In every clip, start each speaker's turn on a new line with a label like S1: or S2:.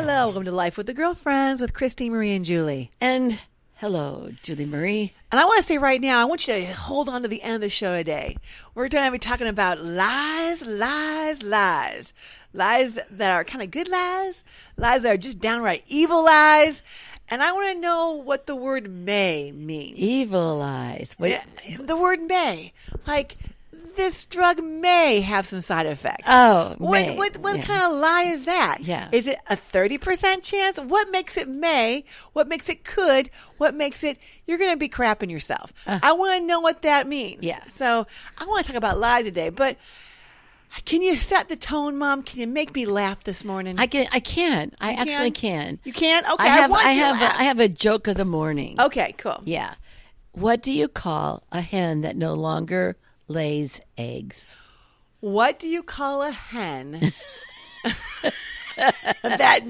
S1: Life with the Girlfriends with Christy, Marie, and Julie.
S2: And hello, Julie Marie.
S1: And I want to say right now, I want you to hold on to the end of the show today. We're going to be talking about lies, lies, lies. Lies that are kind of good lies, lies that are just downright evil lies. And I want to know what the word may means.
S2: Evil eyes. What,
S1: Yeah, the word may. Like, this drug may have some side effects.
S2: Oh,
S1: what,
S2: may,
S1: what, what
S2: yeah.
S1: kind of lie is that?
S2: Yeah.
S1: Is it a 30% chance? What makes it may? What makes it could? What makes it you're going to be crapping yourself? I want to know what that means.
S2: Uh. Yeah.
S1: So I want to talk about lies today, but can you set the tone, Mom? Can you make me laugh this morning?
S2: I can. I can. I actually can.
S1: You can? Okay,
S2: I have.
S1: want you to
S2: have.
S1: laugh. Oh.
S2: A, I have a joke of the morning.
S1: okay, cool.
S2: Yeah. What do you call a hen that no longer lays eggs?
S1: What do you call a hen that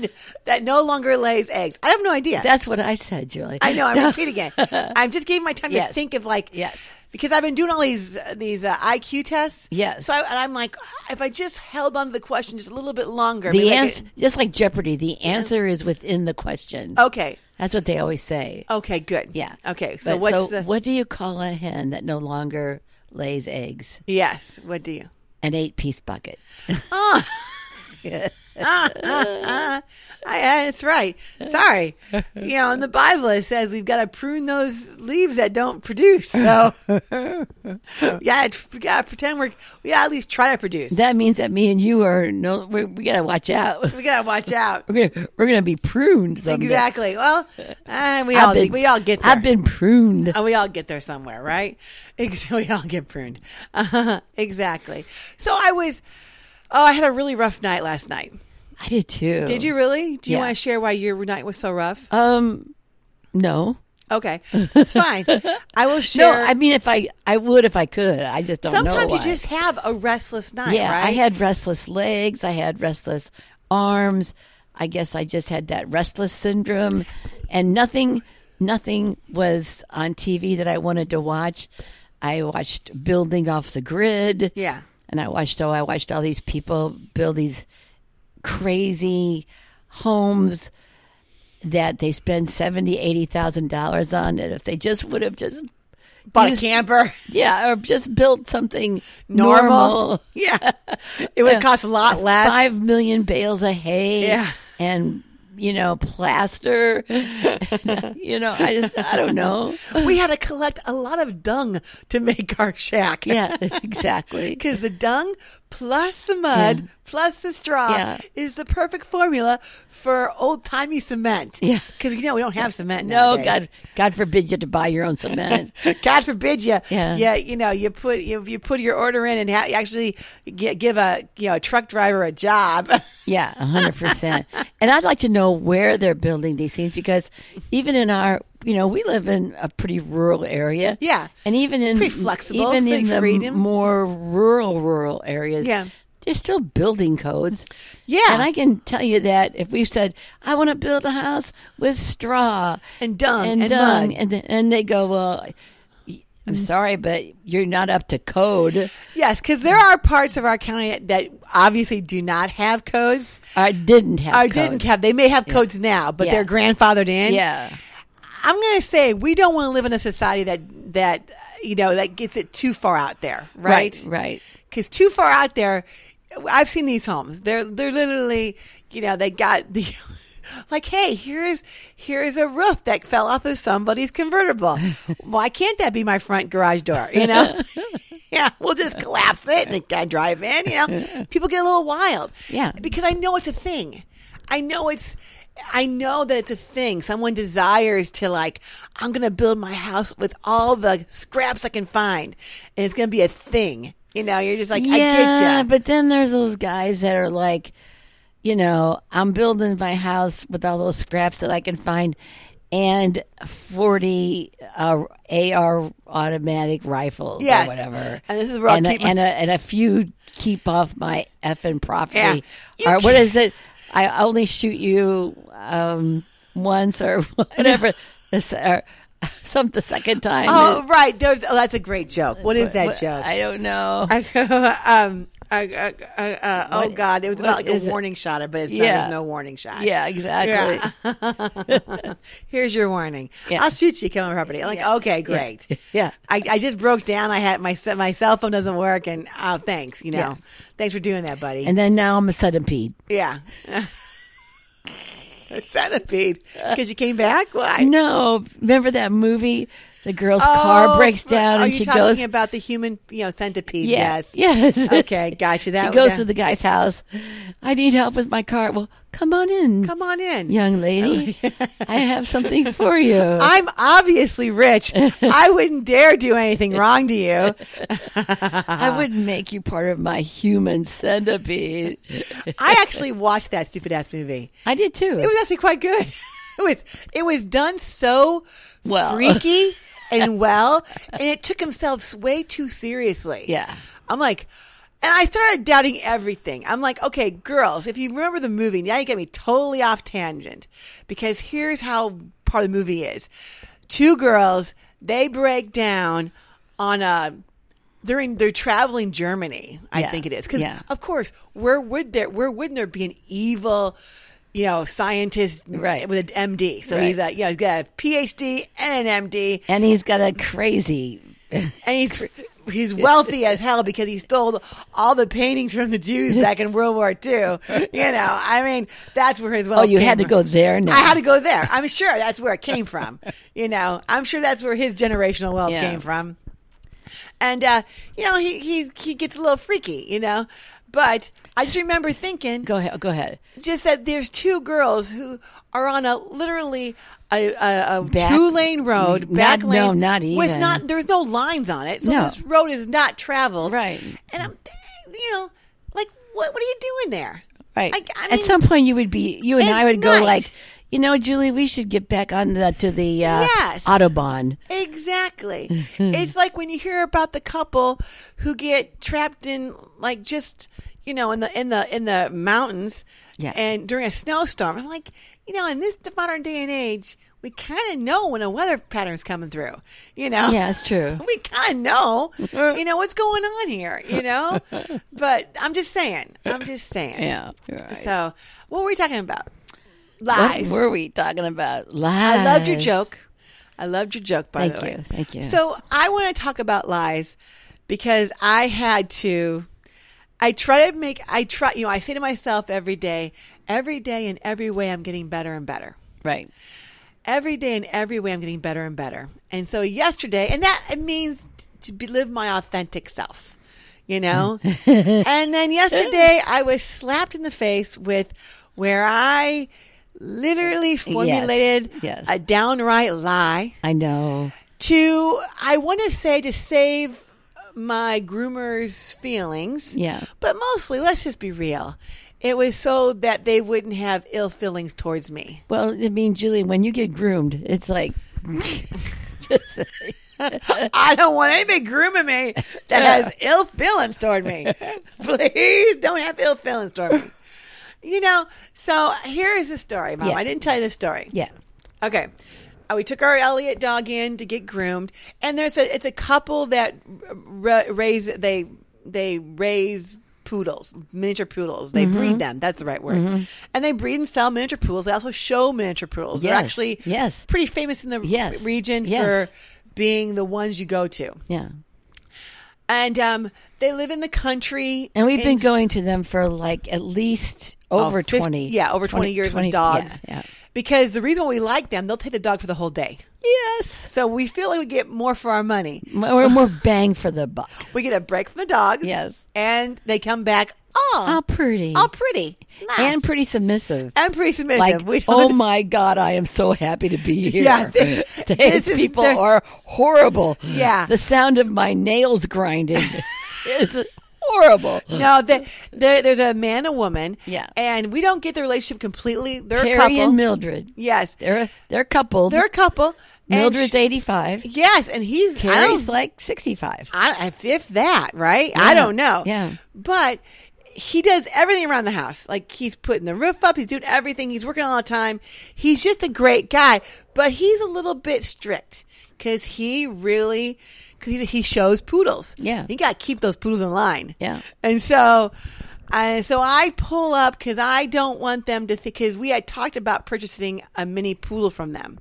S1: that no longer lays eggs? I have no idea.
S2: That's what I said, Julie.
S1: I know. I'm repeating it. I'm just giving my time to
S2: Yes.
S1: think of like
S2: Yes.
S1: because I've been doing all these these uh, IQ tests.
S2: Yes.
S1: So I, and I'm like, if I just held on to the question just a little bit longer,
S2: The
S1: maybe I
S2: answer, just like Jeopardy, the answer is within the question.
S1: could- okay.
S2: That's what they always say.
S1: Okay. Good.
S2: Yeah.
S1: Oh. Okay. So
S2: But
S1: what's
S2: so
S1: the
S2: what do you call a hen that no longer lays eggs?
S1: yes? What do you?
S2: An eight-piece bucket.
S1: I, I, that's right. Sorry. You know, in the Bible, it says we've got to prune those leaves that don't produce. So, yeah, we got to pretend we're, we got to at least try to produce.
S2: That means that me and you are no. We, we gotta watch out.
S1: we got to watch out.
S2: We're gonna we're gonna be pruned. Someday.
S1: Exactly. Well, uh, we,
S2: I've
S1: all,
S2: been-
S1: we all get there.
S2: I've been pruned.
S1: Uh, we all get there somewhere, right? Ex- We all get pruned. exactly. So I was, oh, I had a really rough night last night.
S2: I did too.
S1: Did you really? Do you
S2: Yeah.
S1: want to share why your night was so rough?
S2: Um, no.
S1: okay, that's fine. I will
S2: No,
S1: share.
S2: I mean if I I would if I could. I just don't know.
S1: Sometimes you
S2: why.
S1: just have a restless night,
S2: yeah.
S1: right?
S2: I had restless legs. I had restless arms. I guess I just had that restless syndrome, and nothing nothing was on TV that I wanted to watch. I watched Building Off the Grid.
S1: Yeah.
S2: and I watched oh I watched all these people build these crazy homes that they spend seventy eighty thousand dollars on and if they just would have just
S1: Bought a
S2: used-
S1: camper.
S2: yeah or just built something
S1: Normal.
S2: normal,
S1: Yeah. It would cost a lot less.
S2: five million bales of hay
S1: Yeah.
S2: and you know plaster you know I just I don't know
S1: We had to collect a lot of dung to make our shack.
S2: yeah exactly
S1: Because the dung plus the mud plus the straw
S2: Yeah.
S1: is the perfect formula for old timey cement.
S2: Yeah.
S1: Because, you know, we don't have cement
S2: no
S1: nowadays.
S2: God God forbid you to buy your own cement
S1: God forbid you.
S2: Yeah.
S1: Yeah. You know, you put you, you put your order in and ha- you actually gi- give a you know a truck driver a job.
S2: Yeah, a hundred percent. And I'd like to know where they're building these things because even in our, you know, we live in a pretty rural area.
S1: Yeah.
S2: and even in
S1: Pretty flexible,
S2: even in
S1: pretty
S2: the
S1: freedom.
S2: more rural rural areas.
S1: Yeah.
S2: There's still building codes.
S1: Yeah.
S2: And I can tell you that if we said, I want to build a house with straw
S1: And dung
S2: and,
S1: and
S2: dung,
S1: mud. Mm.
S2: and, and they go, well, I'm sorry, but you're not up to code.
S1: yes, because
S2: Mm.
S1: there are parts of our county that obviously do not have codes.
S2: I didn't have
S1: Or
S2: codes.
S1: didn't have. They may have codes now, but
S2: Yeah.
S1: they're grandfathered in.
S2: Yeah.
S1: I'm going to say we don't want to live in a society that that uh, you know that gets it too far out there, right?
S2: Right. right.
S1: Because too far out there, I've seen these homes. They're they're literally you know they got the. Like, hey, here's here's a roof that fell off of somebody's convertible. Why can't that be my front garage door? You know, yeah, we'll just collapse it and can drive in. You know, people get a little wild.
S2: Yeah.
S1: because I know it's a thing. I know it's. I know that it's a thing. Someone desires to like. I'm going to build my house with all the scraps I can find, and it's going to be a thing. You know, you're just like, I get you.
S2: but then there's those guys that are like, you know, I'm building my house with all those scraps that I can find and 40 uh, AR automatic rifles
S1: Yes.
S2: or whatever.
S1: And this is where I'll
S2: and a,
S1: keep my-
S2: and, a, and a few keep off my effing property.
S1: Yeah. You
S2: Or what is it? I only shoot you um, once or whatever. This- or some the second time.
S1: Oh, right. There's. Oh, that's a great joke. What is that
S2: What-
S1: joke?
S2: I don't know.
S1: um, Uh, uh, uh, uh, oh
S2: What-
S1: God! It was
S2: what
S1: about like a
S2: is it?
S1: warning shot, but it's
S2: Yeah.
S1: not, there's no warning shot.
S2: Yeah, exactly.
S1: Yeah. Here's your warning.
S2: Yeah.
S1: I'll shoot you. Come on, property. I'm like,
S2: Yeah.
S1: okay, great.
S2: Yeah.
S1: I, I just broke down. I had my ce- my cell phone doesn't work, and oh, thanks. You know,
S2: Yeah.
S1: thanks for doing that, buddy.
S2: And then now I'm a centipede.
S1: yeah. Centipede, because you came back. Why?
S2: No, remember that movie? The girl's
S1: Oh,
S2: car breaks down
S1: Are
S2: and
S1: you
S2: she
S1: talking
S2: goes.
S1: about the human, you know, centipede?
S2: Yeah,
S1: Yes.
S2: yes.
S1: Okay, gotcha. That
S2: she goes
S1: that-
S2: to the guy's house. I need help with my car. Well, come on in,
S1: Come on in,
S2: young lady. I have something for you.
S1: I'm obviously rich. I wouldn't dare do anything wrong to you.
S2: I would make you part of my human centipede.
S1: I actually watched that stupid ass movie.
S2: I did too.
S1: It was actually quite good. It was it was done so
S2: Well.
S1: freaky and well, and it took himself way too seriously.
S2: Yeah.
S1: I'm like, and I started doubting everything. I'm like, okay, girls, if you remember the movie, now you get me totally off tangent because here's how part of the movie is: two girls they break down on a. They're in, they're traveling Germany, I
S2: Yeah.
S1: think it is, because
S2: Yeah.
S1: of course, where would there where wouldn't there be an evil, you know, scientist
S2: Right.
S1: with an MD? So he's a
S2: Right.
S1: yeah, he's got a PhD and an MD,
S2: and he's got a crazy.
S1: and he's he's wealthy as hell because he stole all the paintings from the Jews back in World War II. You know, I mean, that's where his wealth.
S2: Oh, you had to
S1: came
S2: go
S1: from.
S2: there now.
S1: I had to go there. I'm sure that's where it came from. You know, I'm sure that's where his generational wealth
S2: Yeah.
S1: came from. And uh, you know, he he he gets a little freaky. You know, but I just remember thinking,
S2: go ahead. Go ahead.
S1: just that there's two girls who are on a literally a, a, a
S2: Back-
S1: two lane road,
S2: Not-
S1: back
S2: no,
S1: lanes,
S2: not
S1: with
S2: even.
S1: not there's no lines on it, so
S2: No.
S1: this road is not traveled.
S2: Right.
S1: and I'm, th- you know, like what what are you doing there?
S2: Right.
S1: Like, I mean,
S2: At some point, you would be. You and
S1: it's
S2: I would
S1: night.
S2: go like, you know, Julie, we should get back on the to the uh,
S1: Yes.
S2: autobahn.
S1: Exactly.
S2: Mm-hmm.
S1: it's like when you hear about the couple who get trapped in like just you know in the in the in the mountains
S2: Yeah.
S1: and during a snowstorm. I'm like, you know, in this modern day and age, we kind of know when a weather pattern's coming through. You know.
S2: Yeah, it's true.
S1: We kind of know, you know, what's going on here, you know? But I'm just saying. I'm just saying.
S2: Yeah. Right.
S1: So, what were we talking about?
S2: what
S1: Lies.
S2: were we talking about? Lies.
S1: I loved your joke. I loved your joke, by
S2: Thank
S1: the way.
S2: you. Thank you.
S1: So I want to talk about lies because I had to. I try to make. I try. You know, I say to myself every day, every day in every way, I'm getting better and better.
S2: Right.
S1: Every day in every way, I'm getting better and better. And so yesterday, and that it means t- to be, live my authentic self. You know, and then yesterday I was slapped in the face with where I literally formulated
S2: Yes.
S1: a downright lie
S2: I know.
S1: to I want to say to save my groomer's feelings.
S2: Yeah.
S1: But mostly, let's just be real. It was so that they wouldn't have ill feelings towards me.
S2: Well, I mean, Julie, when you get groomed, it's like.
S1: I don't want anybody grooming me that has ill feelings toward me. Please don't have ill feelings toward me. You know, so here is the story, Mom.
S2: Yeah.
S1: I didn't tell you the story.
S2: yeah.
S1: Okay. Uh, we took our Elliot dog in to get groomed, and there's a it's a couple that ra- raise they they raise poodles, miniature poodles. They
S2: Mm-hmm.
S1: breed them. That's the right word. And they breed and sell miniature poodles. They also show miniature poodles. They're
S2: Yes.
S1: actually
S2: Yes.
S1: pretty famous in the
S2: Yes.
S1: region
S2: Yes.
S1: for being the ones you go to.
S2: Yeah.
S1: And um, they live in the country.
S2: And we've
S1: in-
S2: been going to them for like at least
S1: Oh,
S2: over
S1: fif-
S2: 20.
S1: Yeah, over 20, years with dogs.
S2: Yeah, yeah.
S1: Because the reason why we like them, they'll take the dog for the whole day.
S2: Yes.
S1: So we feel like we get more for our money.
S2: We're more bang for the buck.
S1: We get a break from the dogs.
S2: Yes.
S1: And they come back all,
S2: How pretty.
S1: all pretty. Nice.
S2: and pretty submissive.
S1: and pretty submissive.
S2: Like,
S1: we
S2: oh
S1: don't
S2: my God, I am so happy to be here.
S1: Yeah, this-
S2: These
S1: this is-
S2: people
S1: they're-
S2: are horrible.
S1: Yeah.
S2: The sound of my nails grinding is horrible.
S1: no, they, they, there's a man, a woman.
S2: Yeah.
S1: And we don't get the relationship completely. They're
S2: Terry
S1: a couple.
S2: and Mildred.
S1: yes. They're,
S2: They're, they're coupled.
S1: a couple. And
S2: Mildred's
S1: she-
S2: 85.
S1: Yes. And he's, I don't
S2: Terry's like 65.
S1: I, if that, right? I don't know.
S2: yeah.
S1: But he does everything around the house. Like he's putting the roof up, he's doing everything, he's working all the time. He's just a great guy, but he's a little bit strict because he really because he shows poodles.
S2: Yeah.
S1: you got to keep those poodles in line.
S2: Yeah.
S1: and so. And so I pull up because I don't want them to think. Because we had talked about purchasing a mini poodle from them.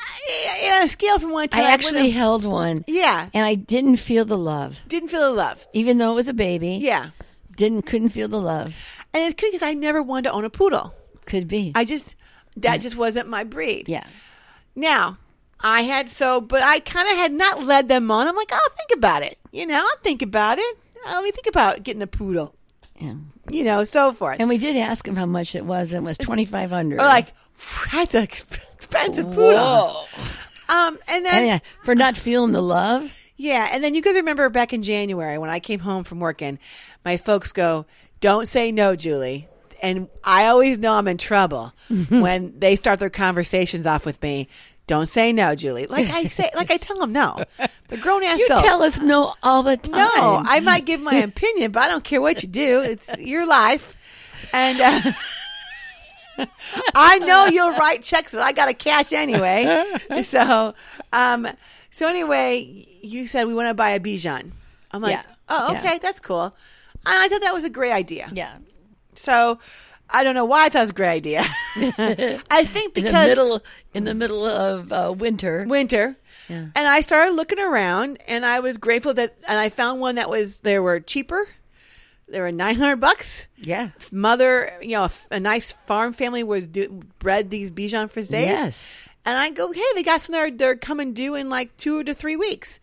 S1: I, on a scale from one to ten,
S2: I
S1: wouldn't
S2: actually
S1: have-
S2: held one
S1: yeah,
S2: and I didn't feel the love.
S1: didn't feel the love.
S2: Even though it was a baby.
S1: Yeah,
S2: Didn't couldn't feel the love.
S1: and it's because I never wanted to own a poodle.
S2: Could be.
S1: I just that just wasn't my breed.
S2: Mm. yeah.
S1: Now I had so, but I kind of had not led them on. I'm like, I'll think about it. You know, I'll think about it. Uh, Let me think about getting a poodle.
S2: Yeah.
S1: You know, so forth.
S2: And we did ask him how much it was, and it was twenty five hundred.
S1: We're like, that's an exp- expensive poodle. Um, and then
S2: And Oh, yeah, for not feeling the love.
S1: Yeah, and then you guys remember back in January when I came home from working, my folks go, "Don't say no, Julie." And I always know I'm in trouble when they start their conversations off with me. Don't say no, Julie. Like I say, like I tell them no. The grown ass
S2: You
S1: adult.
S2: tell us no all the time.
S1: no, I might give my opinion, but I don't care what you do. It's your life, and uh, I know you'll write checks that I got to cash anyway. So, um, so anyway, you said we want to buy a Bichon. I'm like,
S2: Yeah.
S1: oh,
S2: Yeah.
S1: okay, that's cool. I thought that was a great idea.
S2: Yeah.
S1: So, I don't know why I thought it was a great idea. I think
S2: In the
S1: because
S2: middle in the middle of uh, winter.
S1: winter.
S2: Yeah.
S1: And I started looking around and I was grateful that and I found one that was they were cheaper. They were 900 bucks.
S2: Yeah.
S1: Mother, you know, a, f- a nice farm family was do, bred these Bichon Frises.
S2: Yes.
S1: And I go, "Hey, they got some they're, they're coming due in like 2 to 3 weeks."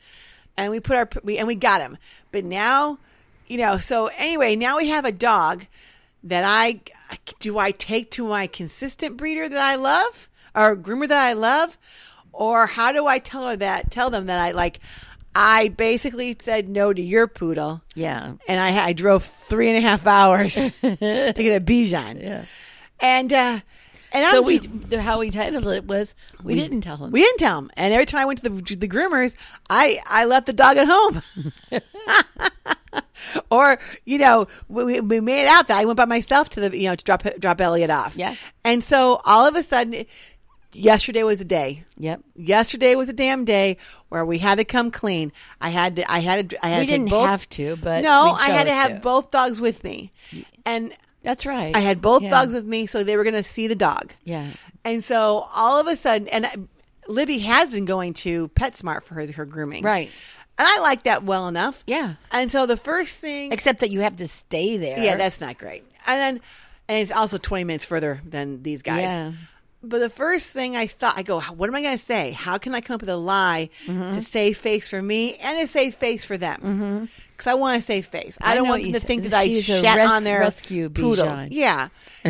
S1: And we put our we, and we got him. But now, you know, so anyway, now we have a dog that I do I take to my consistent breeder that I love or groomer that I love or how do I tell her that tell them that I like I basically said no to your poodle
S2: Yeah.
S1: and I, I drove three and a half hours to get a Bichon.
S2: Yeah.
S1: And uh, and I'm
S2: So we
S1: do-
S2: how we titled it was we, didn't tell him.
S1: we didn't tell him. And every time I went to the, the groomers, I I left the dog at home. or you know we- we, we made it out that I went by myself to the you know to drop drop Elliot off.
S2: Yeah.
S1: And so all of a sudden, yesterday was a day.
S2: yep.
S1: Yesterday was a damn day where we had to come clean. I had to. I had to. I had
S2: We
S1: to take
S2: didn't
S1: both-
S2: have to, but
S1: no,
S2: we
S1: I had to
S2: chose
S1: have
S2: to.
S1: both dogs with me, and
S2: That's right.
S1: I had both
S2: Yeah.
S1: dogs with me, so they were going to see the dog.
S2: Yeah.
S1: And so all of a sudden, and I- Libby has been going to PetSmart for her, her grooming.
S2: Right.
S1: And I like that well enough.
S2: Yeah.
S1: And so the first thing,
S2: Except that you have to stay there.
S1: yeah, that's not great. And then, and it's also 20 minutes further than these guys.
S2: Yeah.
S1: But the first thing I thought, I go, what am I going to say? How can I come up with a lie
S2: Mm-hmm.
S1: to save face for me and to save face for them? Because I want to save face. I,
S2: I
S1: don't
S2: know
S1: want
S2: what
S1: them
S2: you
S1: to think
S2: said.
S1: that I
S2: She's a
S1: shat
S2: res-
S1: on their
S2: rescue
S1: poodles.
S2: Bichon.
S1: Yeah,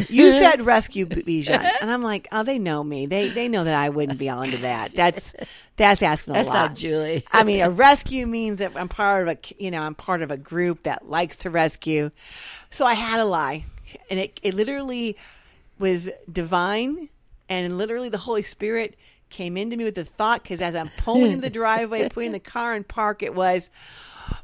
S1: you said rescue B- Bichon, and I'm like, oh, they know me. They they know that I wouldn't be all into that. That's that's asking a
S2: That's
S1: lot.
S2: not Julie.
S1: I mean, a rescue means that I'm part of a you know I'm part of a group that likes to rescue. So I had a lie, and it it literally was divine, and literally the Holy Spirit came into me with the thought because as I'm pulling in the driveway, putting the car in park, it was.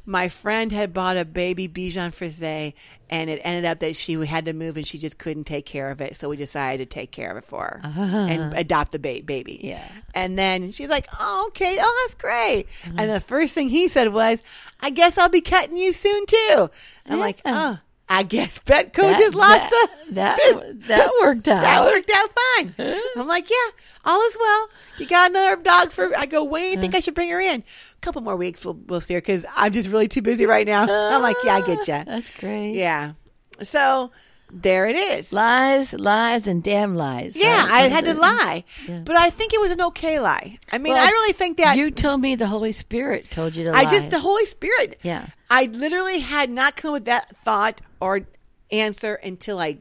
S1: My friend had bought a baby Bichon Frise, and it ended up that she had to move, and she just couldn't take care of it. So we decided to take care of it for her and adopt the ba- baby.
S2: Uh-huh. Yeah.
S1: And then she's like, "Oh, okay, oh, that's great."
S2: Uh-huh.
S1: And the first thing he said was, "I guess I'll be cutting you soon too." And I'm like,
S2: Yeah.
S1: "Oh, I guess Petco
S2: That-
S1: just lost
S2: that,
S1: a
S2: that that worked out.
S1: that worked out fine. I'm like, yeah, all is well. You got another dog for? I go. When do you think I should bring her in? A couple more weeks, we'll we'll see her because I'm just really too busy right now. I'm like, yeah, I get you.
S2: Ah, That's great.
S1: Yeah. So there it is.
S2: Lies, lies, and damn lies.
S1: Yeah,
S2: right?
S1: I had to lie,
S2: Yeah.
S1: but I think it was an okay lie. I mean,
S2: Well,
S1: I really think that
S2: you told me the Holy Spirit told you to lie.
S1: I just the Holy Spirit.
S2: Yeah.
S1: I literally had not come up with that thought or answer until I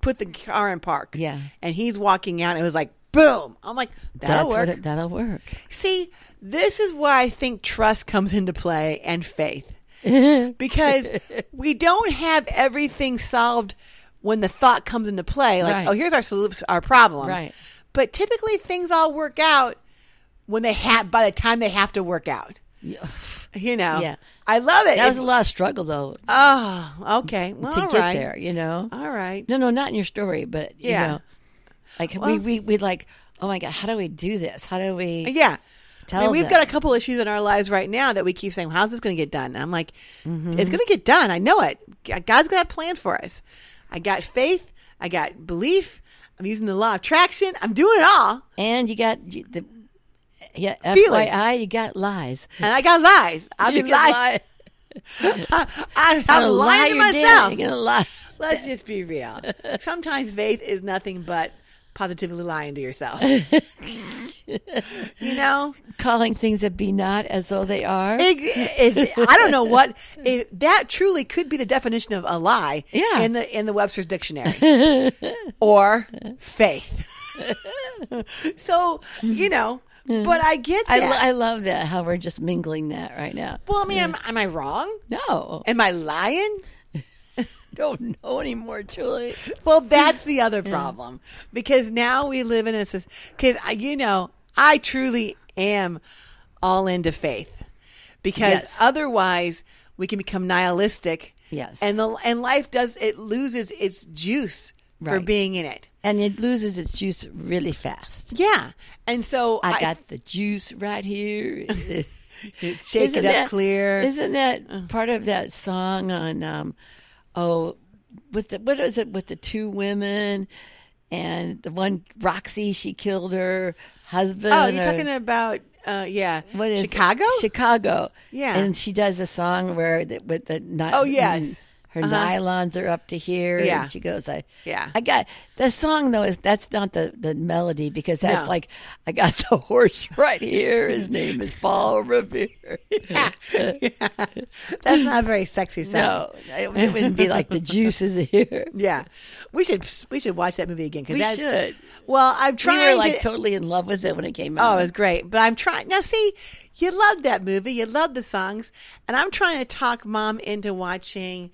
S1: put the car in park.
S2: Yeah.
S1: And he's walking out and it was like boom. I'm like, that'll
S2: That's
S1: work.
S2: What it, that'll work.
S1: See, this is why I think trust comes into play and faith. because we don't have everything solved when the thought comes into play like,
S2: Right.
S1: oh, here's our solu- our problem.
S2: Right.
S1: But typically things all work out when they have by the time they have to work out.
S2: Yeah.
S1: You know,
S2: Yeah.
S1: I love it.
S2: That was
S1: It's-
S2: a lot of struggle though
S1: oh, okay. Well,
S2: to
S1: all
S2: get
S1: right.
S2: there. You know.
S1: All right.
S2: No, no, not in your story, but you
S1: Yeah.
S2: know, like
S1: Well-
S2: we we we like. Oh my god, how do we do this? How do we?
S1: Yeah. I
S2: Tell
S1: mean, we've
S2: them.
S1: got a couple issues in our lives right now that we keep saying, "How's this going to get done?" I'm like,
S2: Mm-hmm.
S1: "It's going to get done. I know it. G- God's got a plan for us. I got faith. I got belief. I'm using the law of attraction. I'm doing it all,
S2: And you got you- the yeah.
S1: Feelings.
S2: FYI, you got lies.
S1: and I got lies. I'll be
S2: You got
S1: lying.
S2: lies.
S1: I,
S2: Gonna
S1: I'm
S2: lie
S1: lying to
S2: your day.
S1: myself.
S2: You're gonna lie.
S1: Let's just be real. Sometimes faith is nothing but positively lying to yourself. you know,
S2: Calling things that be not as though they are.
S1: Ex- if, I don't know what if, that truly could be the definition of a lie.
S2: Yeah.
S1: in the in the Webster's dictionary or faith. so you know, but I get
S2: I,
S1: that.
S2: lo- I love that how we're just mingling that right now.
S1: well, I mean, am, am I wrong?
S2: No,
S1: Am I lying?
S2: don't know anymore, Julie.
S1: Well, that's the other problem because now we live in a because you know I truly am all into faith because
S2: Yes.
S1: otherwise we can become nihilistic.
S2: Yes.
S1: and the and life does it loses its juice for
S2: Right.
S1: being in it.
S2: And it loses its juice really fast.
S1: Yeah, and so
S2: I got the juice right here.
S1: shake it up
S2: that,
S1: clear.
S2: Isn't that part of that song on um oh with the what is it with the two women and the one Roxy she killed her husband.
S1: oh, you're
S2: or-
S1: talking about uh, yeah,
S2: what is it?
S1: Chicago?
S2: Chicago.
S1: Yeah.
S2: And she does a song where the, with the ni-
S1: Oh, yes.
S2: her nylons are up to here.
S1: Yeah.
S2: And she goes, I
S1: Yeah.
S2: I got the song though is that's not the the melody because that's
S1: No.
S2: like I got the horse right here. His name is Paul Revere.
S1: That's not a very sexy sound.
S2: No, it, it wouldn't be like the juices here.
S1: Yeah, we should we should watch that movie again because
S2: We should.
S1: Well, I'm
S2: We
S1: trying
S2: were like
S1: to.
S2: totally in love with it when it came
S1: Oh,
S2: out.
S1: it was great. But I'm trying now. See, you love that movie. You love the songs, and I'm trying to talk mom into watching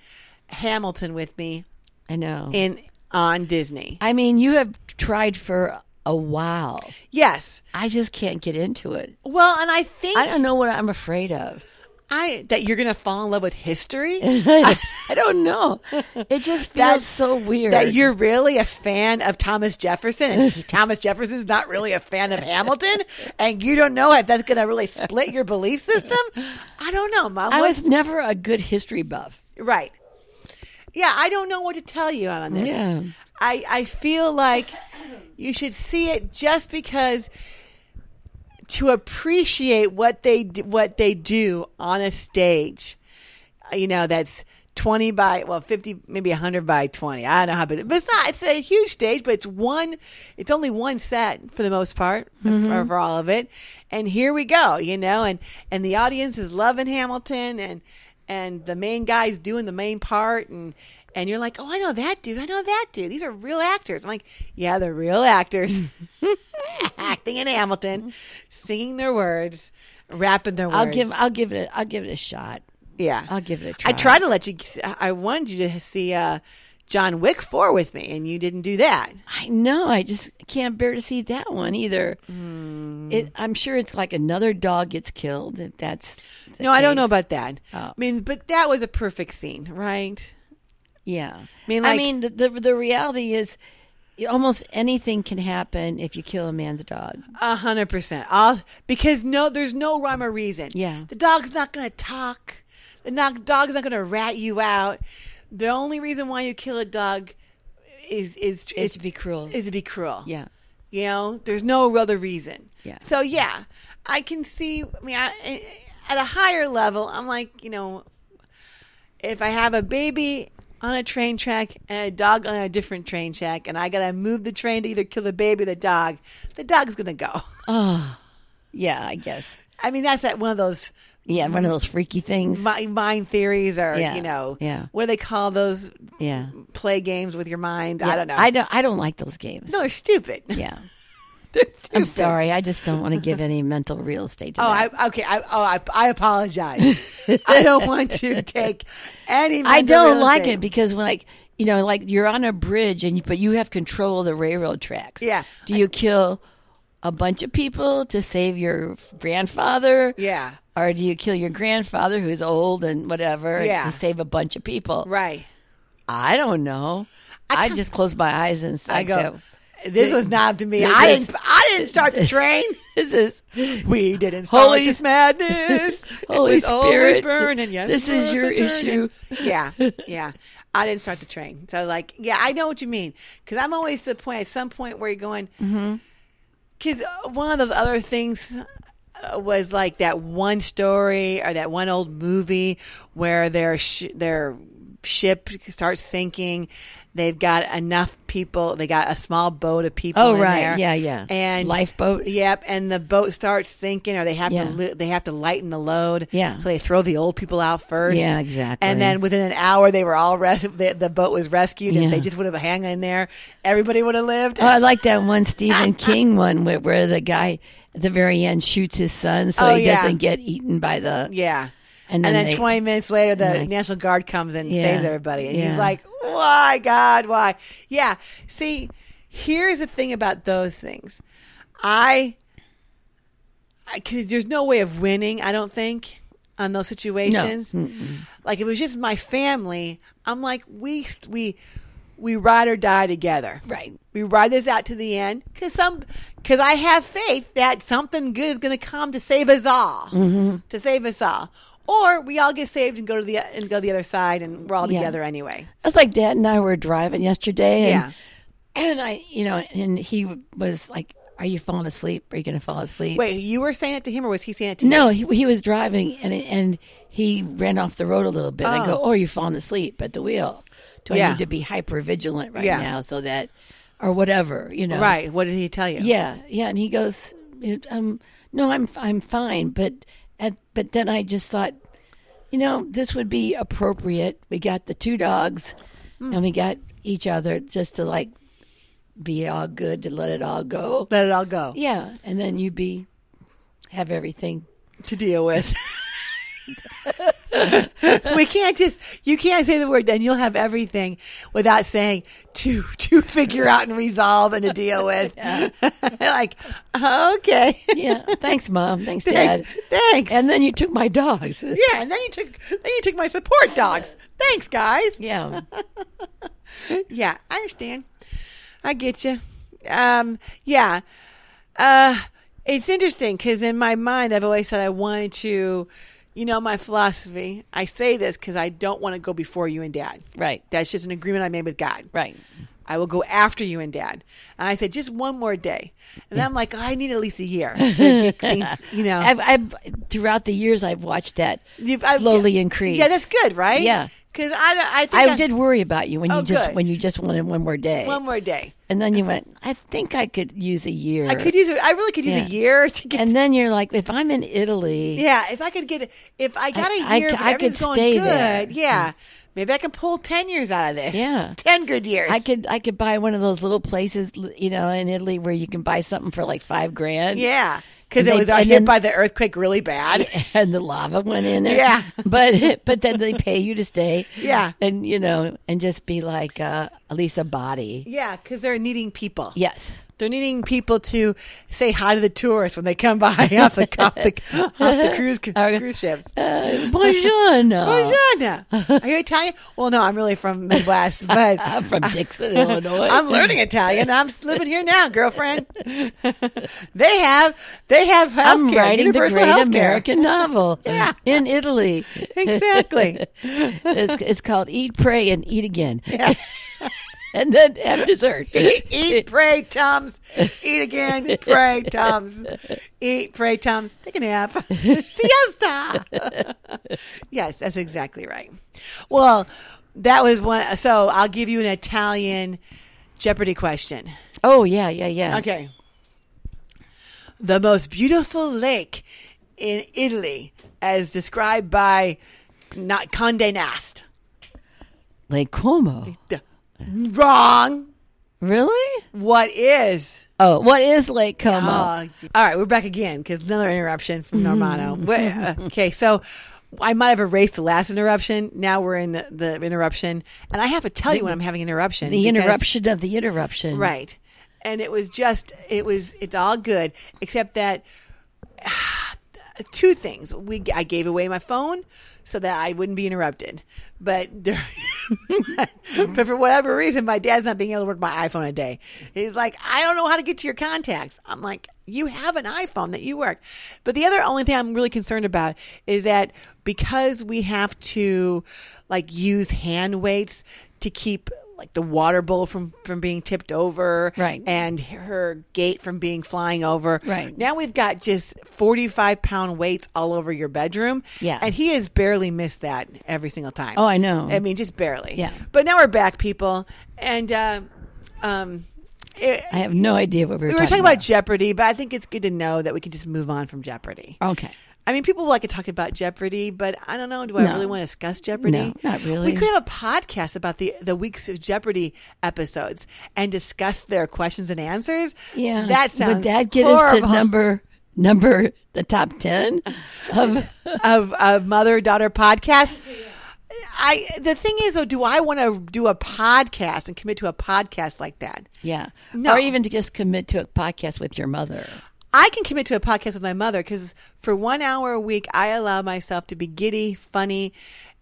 S1: Hamilton with me
S2: I know.
S1: in on Disney.
S2: I mean, you have tried for a while.
S1: Yes.
S2: I just can't get into it.
S1: Well, and I think
S2: I
S1: I,
S2: don't know what I'm afraid of.
S1: that you're gonna fall in love with history.
S2: I don't know. It just feels
S1: That's-
S2: so weird.
S1: That you're really a fan of Thomas Jefferson, and he- Thomas Jefferson's not really a fan of Hamilton, and you don't know if that's going to really split your belief system. I don't know, Mom.
S2: I
S1: What's-
S2: was never a good history buff.
S1: Right. Yeah, I don't know what to tell you on this.
S2: Yeah.
S1: I, I feel like you should see it just because to appreciate what they d- what they do on a stage. Uh, You know, that's 20 by well 50 maybe 100 by 20. I don't know how big but it's not it's a huge stage, but it's one it's only one set for the most part
S2: Mm-hmm.
S1: for, for all of it. And here we go, you know, and and the audience is loving Hamilton and and the main guy's doing the main part and and you're like, "Oh, I know that dude. I know that dude. These are real actors." I'm like, "Yeah, they're real actors." acting in Hamilton, singing their words, rapping their words.
S2: I'll give I'll give it a, I'll give it a shot.
S1: yeah,
S2: I'll give it a try.
S1: I tried to let you. I wanted you to see uh, John Wick four with me, and you didn't do that.
S2: I know. I just can't bear to see that one either.
S1: Hmm.
S2: It, I'm sure it's like another dog gets killed. If that's the
S1: No, I don't know
S2: case.
S1: about that.
S2: Oh.
S1: I mean, but that was a perfect scene, right?
S2: Yeah, I
S1: mean,
S2: mean,
S1: like-
S2: the, the the reality is, y- almost anything can happen if you kill a man's dog.
S1: A hundred percent. All because no, there's no rhyme or reason.
S2: Yeah.
S1: the dog's not going to talk. The not, dog's not going to rat you out. The only reason why you kill a dog is is
S2: Is to be cruel.
S1: Is to be cruel.
S2: Yeah,
S1: You know, there's no other reason.
S2: Yeah.
S1: So yeah, I can see. I mean, I, at a higher level, I'm like, you know, if I have a baby on a train track and a dog on a different train track, and I gotta move the train to either kill the baby or the dog, the dog's gonna go.
S2: yeah. I guess.
S1: I mean, that's that one of those
S2: Yeah, one of those freaky things.
S1: mi- mind theories, or
S2: Yeah.
S1: you know,
S2: Yeah.
S1: what do they call those
S2: yeah.
S1: play games with your mind? I don't know.
S2: I don't. I don't like those games.
S1: no, they're stupid.
S2: Yeah.
S1: They're stupid.
S2: I'm sorry. I just don't want to give any mental real estate to
S1: Oh,
S2: that.
S1: I, okay. I, oh, I, I apologize. I don't want to take any.
S2: I
S1: mental
S2: don't
S1: real
S2: like
S1: estate.
S2: it because when like you know, like you're on a bridge and you, but you have control of the railroad tracks.
S1: Yeah.
S2: Do you kill a bunch of people to save your grandfather?
S1: Yeah.
S2: Or do you kill your grandfather who's old and whatever
S1: Yeah.
S2: to save a bunch of people?
S1: Right.
S2: I don't know. I, just close my eyes and s-
S1: I
S2: I
S1: go.
S2: go.
S1: This was knob to me.
S2: This-
S1: I didn't. I didn't start the train.
S2: This is
S1: We didn't start
S2: Holy
S1: this madness.
S2: Holy
S1: it was always
S2: Spirit,
S1: burning. Yes,
S2: this is
S1: worth
S2: your
S1: the turning.
S2: issue.
S1: yeah, yeah. I didn't start the train, so like, yeah, I know what you mean. Because I'm always to the point at some point where you're going.
S2: Mm-hmm.
S1: Because one of those other things uh, was like that one story or that one old movie where their sh- their ship starts sinking. They've got enough people. They got a small boat of people.
S2: Oh,
S1: in
S2: right.
S1: there.
S2: Yeah, yeah.
S1: And
S2: Lifeboat.
S1: Yep, and the boat starts sinking, or they have
S2: Yeah.
S1: to li- they have to lighten the load.
S2: Yeah.
S1: so they throw the old people out first.
S2: Yeah, exactly.
S1: And then within an hour, they were all res- the, the boat was rescued. If they
S2: Yeah.
S1: just would have hung in there, everybody would have lived.
S2: Oh, I like that one Stephen King one where, where the guy at the very end shoots his son so
S1: Oh,
S2: he
S1: yeah.
S2: doesn't get eaten by the.
S1: yeah, and
S2: And then,
S1: then,
S2: they-
S1: twenty minutes later, the
S2: like-
S1: National Guard comes and
S2: Yeah.
S1: saves everybody, and he's
S2: Yeah.
S1: like, "Why, God, why?" Yeah. See, here's the thing about those things. I because there's no way of winning, I don't think, on those situations. Like if it was just my family, I'm like we we we ride or die together.
S2: Right.
S1: We ride this out to the end because some because I have faith that something good is going to come to save us all,
S2: Mm-hmm.
S1: to save us all, or we all get saved and go to the and go to the other side, and we're all
S2: Yeah.
S1: together anyway.
S2: That's like Dad and I were driving yesterday.
S1: Yeah.
S2: And, And I, you know, and he was like, Are you falling asleep? Are you going to fall asleep?
S1: Wait, you were saying it to him, or was he saying it to you?
S2: No, he, he was driving and and he ran off the road a little bit. I go, oh, you're falling asleep at the wheel. Do I
S1: Yeah.
S2: need to be hyper vigilant right
S1: Yeah.
S2: now so that, or whatever, you know?
S1: Right. What did he tell you?
S2: Yeah, yeah. And he goes, um, no, I'm I'm fine. But at, but then I just thought, you know, this would be appropriate. We got the two dogs,
S1: Hmm.
S2: and we got each other just to like be all good to let it all go.
S1: Let it all go
S2: Yeah, and then you be have everything
S1: to deal with. we can't just you can't say the word then you'll have everything without saying to to figure out and resolve and to deal with. like okay.
S2: yeah. Thanks, mom. Thanks, dad.
S1: Thanks. Thanks.
S2: And then you took my dogs.
S1: yeah, and then you took then you took my support dogs. Thanks guys.
S2: Yeah.
S1: Yeah, I understand. I get you. Um, yeah. Uh, it's interesting because in my mind, I've always said I wanted to, you know, my philosophy. I say this because I don't want to go before you and dad.
S2: Right.
S1: That's just an agreement I made with God.
S2: Right.
S1: I will go after you and dad. And I said, just one more day. And I'm like, "Oh, I need at least a year to get things, you know.
S2: I've, I've throughout the years I've watched that
S1: You've- I've-
S2: slowly increase.
S1: Yeah, that's good, right?
S2: Yeah.
S1: Because I, don't- I think
S2: I
S1: I-
S2: did worry about you when you
S1: Oh,
S2: just
S1: good.
S2: when you just wanted one more day,
S1: one more day.
S2: and then you went. I think I could use a year.
S1: I could use, a, I really could use
S2: Yeah.
S1: a year to get
S2: and then you're like, if I'm in Italy,
S1: Yeah, if I could get if I got
S2: I-
S1: a
S2: I
S1: year,
S2: c-
S1: but
S2: I could
S1: everything's going
S2: stay
S1: good.
S2: there. Mm.
S1: Yeah, maybe I can pull ten years out of this.
S2: Yeah.
S1: ten good years.
S2: I could I could buy one of those little places, you know, in Italy where you can buy something for like five grand.
S1: Yeah, because it
S2: And they-
S1: was uh,
S2: and
S1: hit
S2: then-
S1: by the earthquake really bad.
S2: and the lava went in there.
S1: Yeah.
S2: But but then they pay you to stay.
S1: Yeah.
S2: And you know, and just be like uh at least a body.
S1: Yeah, because they're needing people.
S2: Yes.
S1: They're needing people to say hi to the tourists when they come by off the off the, off the cruise
S2: Our-
S1: cruise ships.
S2: Uh, buongiorno.
S1: Buongiorno. Are you Italian? Well, no, I'm really from Midwest, but
S2: I'm from Dixon, Illinois.
S1: I'm learning Italian. I'm living here now, girlfriend. they have they have healthcare.
S2: I'm writing the
S1: universal
S2: great
S1: healthcare.
S2: American novel
S1: Yeah.
S2: in Italy.
S1: Exactly.
S2: It's, it's called Eat, Pray, and Eat Again.
S1: Yeah.
S2: And then have dessert.
S1: Eat, pray, Tums. Eat again, pray, Tums. Eat, pray, Tums. Take a nap. Siesta. yes, that's exactly right. Well, that was one. So I'll give you an Italian Jeopardy question.
S2: Oh, yeah, yeah, yeah.
S1: Okay. The most beautiful lake in Italy, as described by not Condé Nast.
S2: Lake Como.
S1: D- Wrong.
S2: Really?
S1: What is?
S2: Oh, what is Lake Como?
S1: Oh, gee. all right, we're back again because another interruption from Normano. Wha- okay, so I might have erased the last interruption. Now we're in the, the interruption, and I have to tell you when I'm having an interruption.
S2: the
S1: because-
S2: interruption of the interruption.
S1: right? and it was just it was it's all good except that two things. We I gave away my phone so that I wouldn't be interrupted, but there, but for whatever reason, my dad's not being able to work my iPhone a day. He's like, I don't know how to get to your contacts. I'm like, you have an iPhone that you work. But the other only thing I'm really concerned about is that because we have to like use hand weights to keep like the water bowl from from being tipped over
S2: Right.
S1: and her gate from being flying over
S2: Right.
S1: now we've got just 45 pound weights all over your bedroom
S2: Yeah.
S1: and he has barely missed that every single time
S2: Oh, I know.
S1: i mean just barely
S2: Yeah.
S1: but now we're back people and uh, um it,
S2: I have no idea what we were,
S1: we were talking about jeopardy but i think it's good to know that we can just move on from jeopardy
S2: okay.
S1: I mean, people like to talk about Jeopardy, but I don't know. Do I
S2: No.
S1: really want to discuss Jeopardy?
S2: No, not
S1: We
S2: really.
S1: could have a podcast about the the weeks of Jeopardy episodes and discuss their questions and answers.
S2: Yeah.
S1: that sounds
S2: Would that get us
S1: horrible.
S2: to number number the top ten of
S1: of of mother daughter podcast. I the thing is though, do I want to do a podcast and commit to a podcast like that?
S2: Yeah.
S1: No.
S2: Or even to just commit to a podcast with your mother.
S1: I can commit to a podcast with my mother because for one hour a week, I allow myself to be giddy, funny,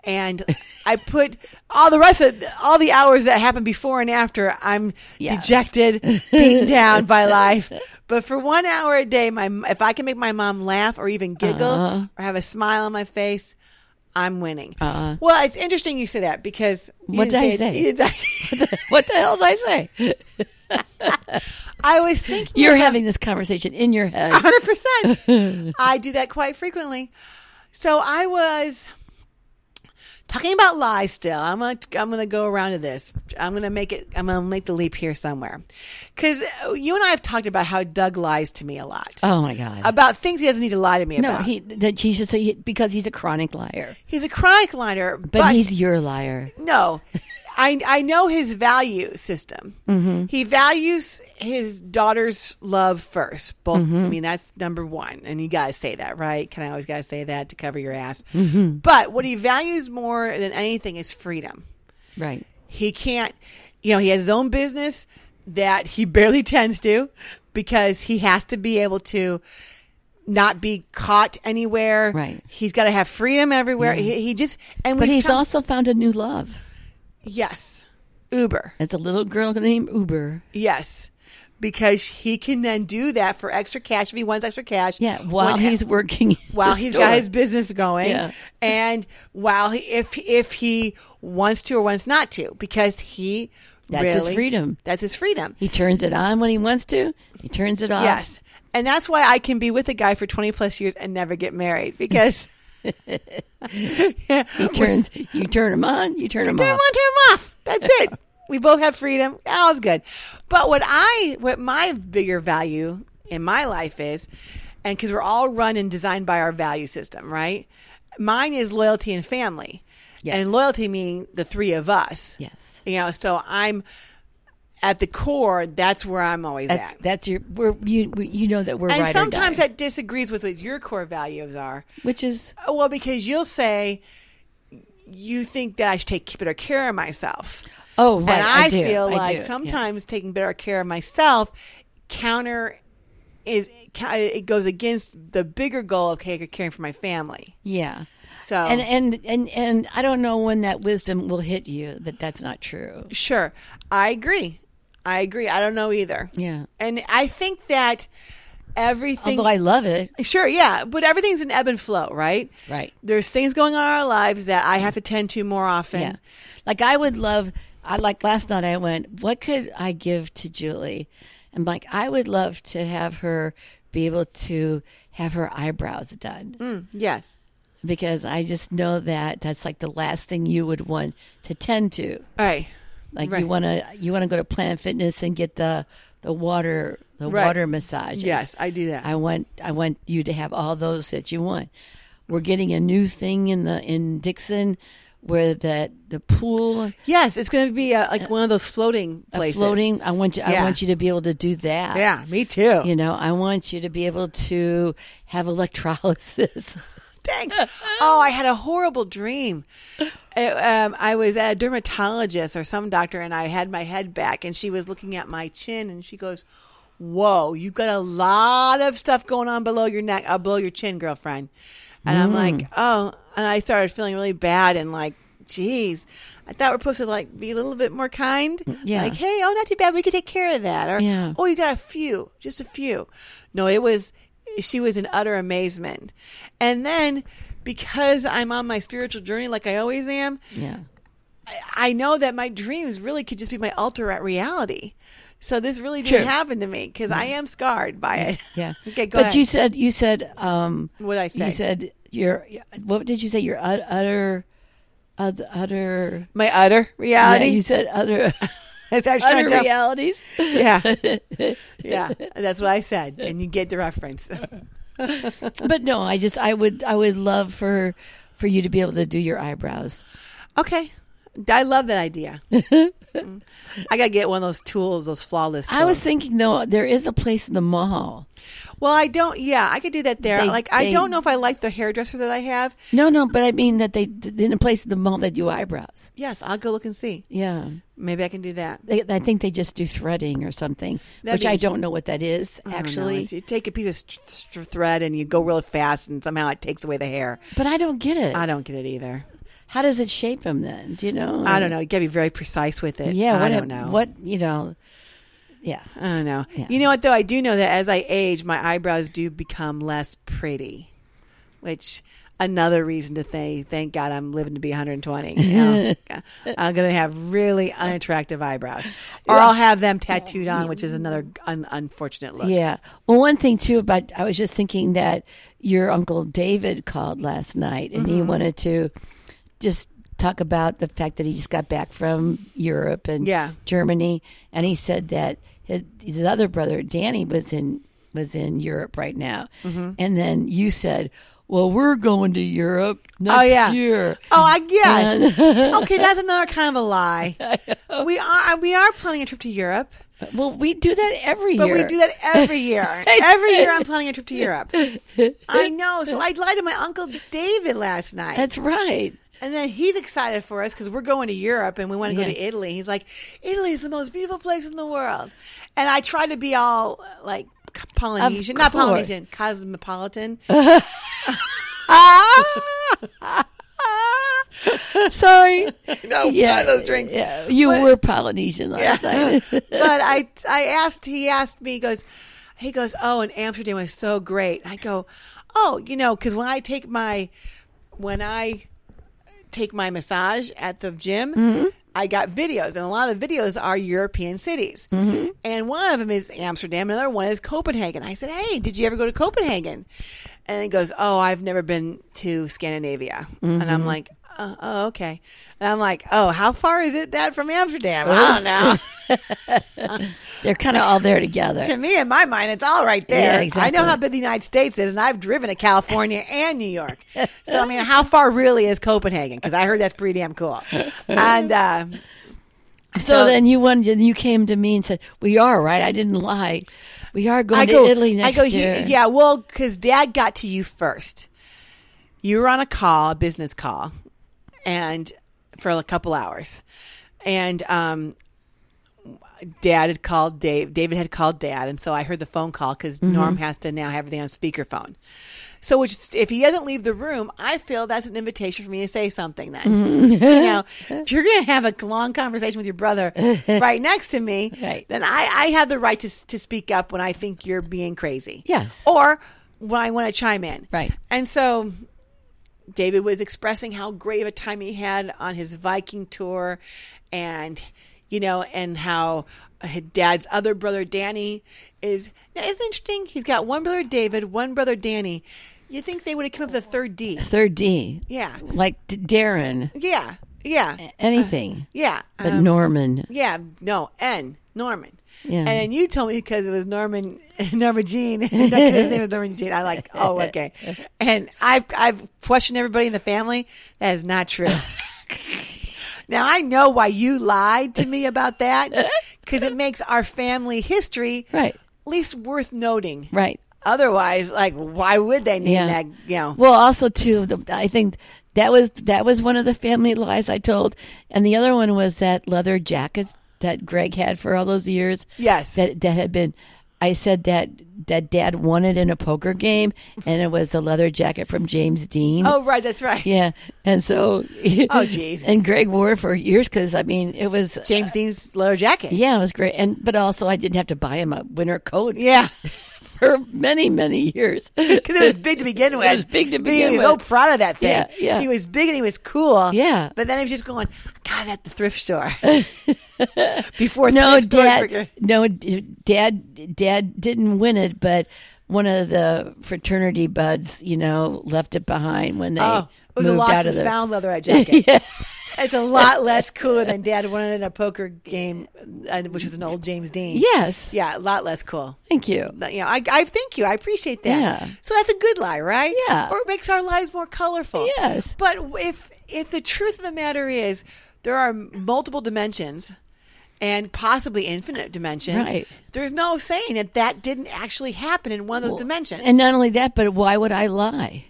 S1: and I put all the rest of all the hours that happen before and after. I'm
S2: Yeah.
S1: dejected, beaten down by life. But for one hour a day, my if I can make my mom laugh or even giggle
S2: Uh-huh.
S1: or have a smile on my face. I'm winning.
S2: Uh-huh.
S1: Well, it's interesting you say that because you
S2: What
S1: didn't
S2: did I
S1: it- you didn't-
S2: What the hell did I say?
S1: I was thinking
S2: You're
S1: about-
S2: having this conversation in your head.
S1: hundred percent. I do that quite frequently. So I was talking about lies. Still, I'm gonna I'm gonna go around to this. I'm gonna make it. I'm gonna make the leap here somewhere because you and I have talked about how Doug lies to me a lot
S2: Oh my God.
S1: about things he doesn't need to lie to me
S2: no,
S1: about.
S2: he that he should say he- because he's a chronic liar.
S1: he's a chronic liar, but,
S2: But, he's your liar.
S1: no. I, I know his value system.
S2: Mm-hmm.
S1: He values his daughter's love first. Both,
S2: Mm-hmm.
S1: I mean, that's number one. And you guys say that, right? Can I always gotta say that to cover your ass?
S2: Mm-hmm.
S1: But what he values more than anything is freedom.
S2: Right.
S1: He can't, you know, he has his own business that he barely tends to because he has to be able to not be caught anywhere.
S2: Right.
S1: He's got to have freedom everywhere. He, he just, and
S2: But
S1: we've
S2: he's
S1: talked-
S2: also found a new love.
S1: Yes. Uber.
S2: It's a little girl named Uber.
S1: Yes. Because he can then do that for extra cash if he wants extra cash.
S2: Yeah. While
S1: When-
S2: he's working.
S1: while
S2: he's
S1: he's got his business going
S2: Yeah.
S1: and while he, if if he wants to or wants not to because he
S2: That's his
S1: really-
S2: freedom.
S1: That's his freedom.
S2: He turns it on when he wants to. He turns it off.
S1: Yes. And that's why I can be with a guy for 20 plus years and never get married because
S2: He turns. you turn him on. You turn him
S1: turn them
S2: off.
S1: on, turn them off. That's it. we both have freedom. All's good. But what I, what my bigger value in my life is, and because we're all run and designed by our value system, right? Mine is loyalty and family,
S2: Yes.
S1: and loyalty meaning the three of us.
S2: Yes.
S1: You know, so I'm at the core. That's where I'm always
S2: That's,
S1: at.
S2: that's your. We're, you. we- You know that we're
S1: And
S2: ride or
S1: sometimes
S2: die,
S1: that disagrees with what your core values are.
S2: which is
S1: Oh, Well, because you'll say you think that I should take better care of myself.
S2: Oh, right.
S1: and I,
S2: do.
S1: feel
S2: I
S1: like
S2: do.
S1: sometimes taking better care of myself counter is it goes against the bigger goal of ca- caring for my family.
S2: yeah.
S1: So
S2: And, and and and I don't know when that wisdom will hit you that that's not true.
S1: sure, I agree. I agree. I don't know either.
S2: Yeah.
S1: And I think that everything
S2: Although I love it.
S1: Sure, yeah, but everything's an ebb and flow, right?
S2: Right.
S1: There's things going on in our lives that I have to tend to more often.
S2: Yeah. Like I would love I like last night I went, what could I give to Julie? And like I would love to have her be able to have her eyebrows done
S1: Mm, yes.
S2: because I just know that that's like the last thing you would want to tend to.
S1: All right.
S2: Like
S1: Right.
S2: you want to you want to go to Planet Fitness and get the the water the
S1: Right.
S2: water massages.
S1: Yes, I do that.
S2: I want I want you to have all those that you want. We're getting a new thing in the in Dixon where that the pool
S1: yes, it's going to be uh like one of those floating
S2: a
S1: places.
S2: floating. I want you.
S1: Yeah.
S2: I want you to be able to do that.
S1: Yeah, me too.
S2: You know, I want you to be able to have electrolysis.
S1: Thanks. Oh, I had a horrible dream. I, um, I was at a dermatologist or some doctor, and I had my head back, and she was looking at my chin, and she goes, "Whoa, you got a lot of stuff going on below your neck, uh, below your chin, girlfriend." And I'm like, "Oh," and I started feeling really bad, and like, "Geez, I thought we're supposed to like be a little bit more kind."
S2: yeah.
S1: Like, "Hey, oh, not too bad. We could take care of that." Or,
S2: Yeah.
S1: "Oh, you got a few, just a few." No, it was she was in utter amazement. And then because I'm on my spiritual journey like I always am,
S2: Yeah.
S1: I know that my dreams really could just be my alter at reality. So this really didn't
S2: Sure.
S1: happen to me because I am scarred by it.
S2: Mm. Yeah.
S1: okay, go
S2: but
S1: ahead.
S2: you said you said um
S1: what I say?
S2: you said your what did you say your ut- utter ut- utter
S1: my utter
S2: yeah,
S1: reality.
S2: you said utter
S1: That's what I was trying
S2: utter
S1: to tell-
S2: realities.
S1: Yeah, yeah. That's what I said, and you get the reference.
S2: But no, I just I would I would love for for you to be able to do your eyebrows.
S1: Okay, I love that idea. Mm. I gotta get one of those tools, those flawless. Tools.
S2: I was thinking though there is a place in the mall.
S1: Well, I don't. Yeah, I could do that there.
S2: They-
S1: like,
S2: they-
S1: I don't know if I like the hairdresser that I have.
S2: No, no, but I mean that they in a place in the mall that do eyebrows.
S1: Yes, I'll go look and see.
S2: Yeah.
S1: Maybe I can do that.
S2: They, I think they just do threading or something,
S1: That'd
S2: which
S1: be
S2: I
S1: interesting.
S2: don't know what that is
S1: I don't know,
S2: actually.
S1: it's- you take a piece of st- st- thread and you go real fast, and somehow it takes away the hair.
S2: But I don't get it.
S1: I don't get it either.
S2: How does it shape them then? Do you know?
S1: I don't know. You got to be very precise with it.
S2: Yeah,
S1: I
S2: what
S1: don't
S2: it-
S1: know.
S2: What you know? Yeah,
S1: I don't know.
S2: Yeah.
S1: You know what though? I do know that as I age, my eyebrows do become less pretty, which another reason to thank thank God I'm living to be 120. you know? I'm gonna have really unattractive eyebrows, or I'll have them tattooed on, which is another un- unfortunate look.
S2: yeah. Well, one thing too about I was just thinking that your uncle David called last night and
S1: Mm-hmm.
S2: he wanted to just talk about the fact that he just got back from Europe and
S1: Yeah.
S2: Germany, and he said that his, his other brother Danny was in was in Europe right now,
S1: Mm-hmm.
S2: and then you said. Well, we're going to Europe next
S1: yeah.
S2: year.
S1: Oh, I guess. okay, that's another kind of a lie. We are we are planning a trip to Europe,
S2: Well, we do that every
S1: but
S2: year.
S1: we do that every year. every year, I'm planning a trip to Europe. I know. So I lied to my uncle David last night,
S2: That's right.
S1: and then he's excited for us because we're going to Europe and we want to
S2: Yeah.
S1: go to Italy. He's like, "Italy is the most beautiful place in the world," and I try to be all uh, like Polynesian, not
S2: course.
S1: Polynesian, cosmopolitan.
S2: Sorry.
S1: no, buy those drinks.
S2: yeah. You
S1: What-
S2: were Polynesian last night.
S1: but I, I asked, he asked me, he goes, he goes, oh, and Amsterdam was so great. I go, oh, you know, because when I take my, when I take my massage at the gym, I got videos, and a lot of the videos are European cities. And one of them is Amsterdam, another one is Copenhagen. I said, hey, did you ever go to Copenhagen? And he goes, oh, I've never been to Scandinavia. And I'm like, oh, oh, okay. And I'm like, oh, how far is it that from Amsterdam? I don't know.
S2: They're kind of all there together.
S1: to me, in my mind, it's all right there.
S2: Yeah,
S1: I
S2: exactly.
S1: know how big the United States is, and I've driven to California and New York. So, I mean, how far really is Copenhagen? Because I heard that's pretty damn cool. And uh,
S2: So, then you went, and you came to me and said, "We are right. I didn't lie. We are going
S1: I
S2: to
S1: go,
S2: Italy next
S1: I go,
S2: year."
S1: "He- yeah, well, because Dad got to you first. You were on a call, a business call, and for a couple hours, and um, Dad had called Dave. David had called Dad, and so I heard the phone call because
S2: Mm-hmm.
S1: Norm has to now have everything on speakerphone. So, which if he doesn't leave the room, I feel that's an invitation for me to say something. Then,
S2: Mm-hmm.
S1: you know, if you're going to have a long conversation with your brother right next to me,
S2: Right.
S1: then I, I have the right to s- to speak up when I think you're being crazy.
S2: Yes.
S1: or when I want to chime in.
S2: Right.
S1: and so David was expressing how great of a time he had on his Viking tour and you know and how his dad's other brother Danny is now it's interesting he's got one brother David one brother Danny you think they would have come up with a third D
S2: Third D.
S1: yeah
S2: Like D- Darren.
S1: yeah yeah
S2: Anything.
S1: yeah
S2: Eh. but
S1: um,
S2: Norman.
S1: yeah no N Norman
S2: Yeah.
S1: and then you told me because it was Norman Norma Jean Not 'cause his name was Norma Jean I like oh okay and I've I've questioned everybody in the family that is not true Now I know why you lied to me about that because it makes our family history
S2: Right.
S1: at least worth noting.
S2: Right.
S1: Otherwise, like, why would they name
S2: Yeah.
S1: that? You know,
S2: Well, also too, the, I think That was that was one of the family lies I told, and the other one was that leather jacket that Greg had for all those years.
S1: Yes.
S2: that that had been. I said that that Dad won it in a poker game, and it was a leather jacket from James Dean.
S1: Oh, right. That's right.
S2: Yeah, and so
S1: Oh, jeez.
S2: and Greg wore it for years because I mean it was
S1: James Dean's leather jacket.
S2: yeah it was great, and but also I didn't have to buy him a winter coat
S1: Yeah.
S2: for many many years.
S1: Because it was big to begin with.
S2: was big to
S1: But
S2: begin
S1: He was
S2: with.
S1: so proud of that thing.
S2: Yeah, yeah.
S1: He was big and he was cool.
S2: Yeah.
S1: But then he was just going, God, at the thrift store. Before
S2: no,
S1: thrift stores were
S2: Dad,
S1: good.
S2: no, d- Dad, Dad didn't win it, but one of the fraternity buds, you know, left it behind when they
S1: Oh, it was a
S2: moved
S1: lost
S2: out of
S1: and
S2: the.
S1: found leather jacket. It's a lot less cooler than Dad won it in a poker game, uh, which was an old James Dean.
S2: Yes,
S1: Yeah, a lot less cool.
S2: thank you.
S1: But, you know, I, I thank you. I appreciate that.
S2: Yeah.
S1: So that's a good lie, right?
S2: Yeah.
S1: Or it makes our lives more colorful.
S2: Yes.
S1: But if if the truth of the matter is there are multiple dimensions and possibly infinite dimensions,
S2: Right.
S1: there's no saying that that didn't actually happen in one of those dimensions.
S2: And not only that, but why would I lie?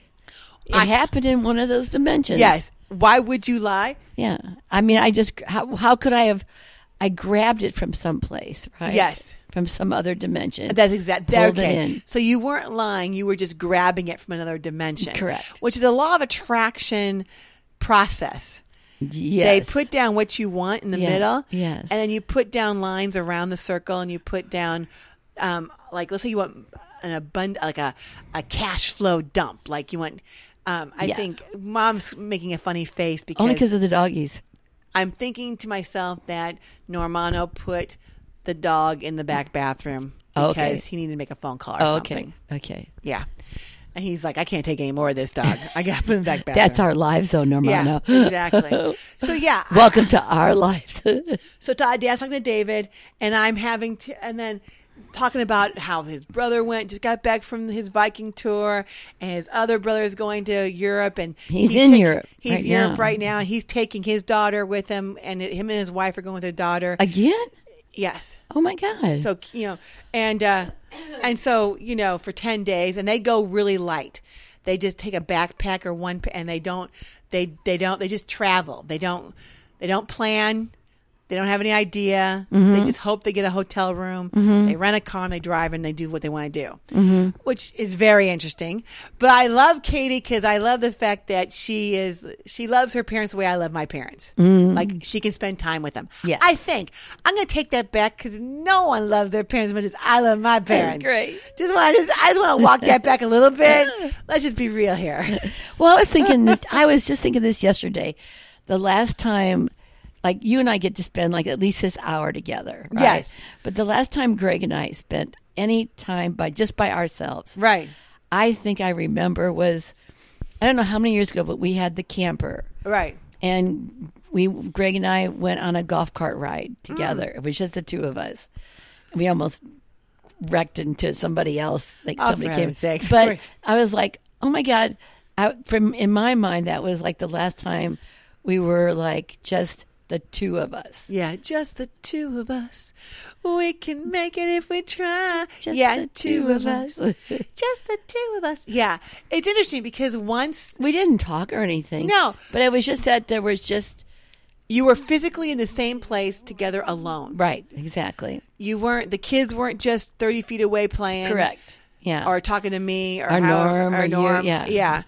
S2: It
S1: I-
S2: happened in one of those dimensions.
S1: yes. Why would you lie?
S2: Yeah. I mean, I just how how could I have? I grabbed it from someplace, right?
S1: Yes.
S2: From some other dimension.
S1: That's exactly
S2: Pulled it
S1: okay.
S2: in.
S1: So you weren't lying; you were just grabbing it from another dimension,
S2: Correct.
S1: Which is a law of attraction process.
S2: yes.
S1: They put down what you want in the
S2: Yes,
S1: middle,
S2: yes.
S1: and then you put down lines around the circle, and you put down, um, like let's say you want an abund like a a cash flow dump, like you want. Um, I
S2: Yeah.
S1: think mom's making a funny face because
S2: only because of the doggies.
S1: I'm thinking to myself that Normano put the dog in the back bathroom
S2: Oh, Okay.
S1: because he needed to make a phone call or
S2: Oh,
S1: something.
S2: okay. Okay.
S1: Yeah. And he's like, I can't take any more of this dog. I got to put him back bathroom.
S2: That's our lives, though,
S1: yeah,
S2: Normano.
S1: exactly. So yeah, I-
S2: Welcome to our lives.
S1: so Todd, Dad's talking to David, and I'm having t- and then talking about how his brother went, just got back from his Viking tour, and his other brother is going to Europe, and
S2: He's in
S1: taking-
S2: Europe
S1: He's
S2: right
S1: Europe
S2: now.
S1: right now, and he's taking his daughter with him, and it- him and his wife are going with their daughter.
S2: Again?
S1: yes.
S2: Oh my God.
S1: So you know, and uh, and so you know, for ten days, and they go really light. They just take a backpack or one, and they don't. They they don't. They just travel. They don't. They don't plan. They don't have any idea.
S2: Mm-hmm.
S1: They just hope they get a hotel room. They rent a car and they drive and they do what they want to do,
S2: Mm-hmm.
S1: which is very interesting. But I love Katie because I love the fact that she is she loves her parents the way I love my parents. Like she can spend time with them.
S2: Mm-hmm. Yes.
S1: I think I'm gonna take that back because no one loves their parents as much as I love my parents.
S2: great.
S1: Just want just I just want to walk that back a little bit. Let's just be real here.
S2: well, I was thinking this, I was just thinking this yesterday. The last time, like, you and I get to spend, like, at least this hour together. Right?
S1: Yes.
S2: But the last time Greg and I spent any time by just by ourselves,
S1: right.
S2: I think I remember was, I don't know how many years ago, but we had the camper.
S1: Right.
S2: and we Greg and I went on a golf cart ride
S1: Hmm.
S2: together. It was just the two of us. We almost wrecked into somebody else. Like
S1: Oh, for
S2: somebody came.
S1: heaven's sakes.
S2: But I was like, oh my god! I, from in my mind, that was like the last time we were like just the two of us.
S1: Yeah, just the two of us. We can make it if we try.
S2: Just
S1: yeah,
S2: the
S1: two, of us.
S2: us.
S1: just the two of us. Yeah, it's interesting because once
S2: we didn't talk or anything.
S1: No.
S2: but it was just that there was just
S1: you were physically in the same place together alone,
S2: right, exactly,
S1: you weren't. The kids weren't just thirty feet away playing.
S2: correct. Yeah,
S1: Or talking to me, or,
S2: Or
S1: how,
S2: Norm, or you,
S1: Norm.
S2: yeah. Mm-hmm.
S1: yeah.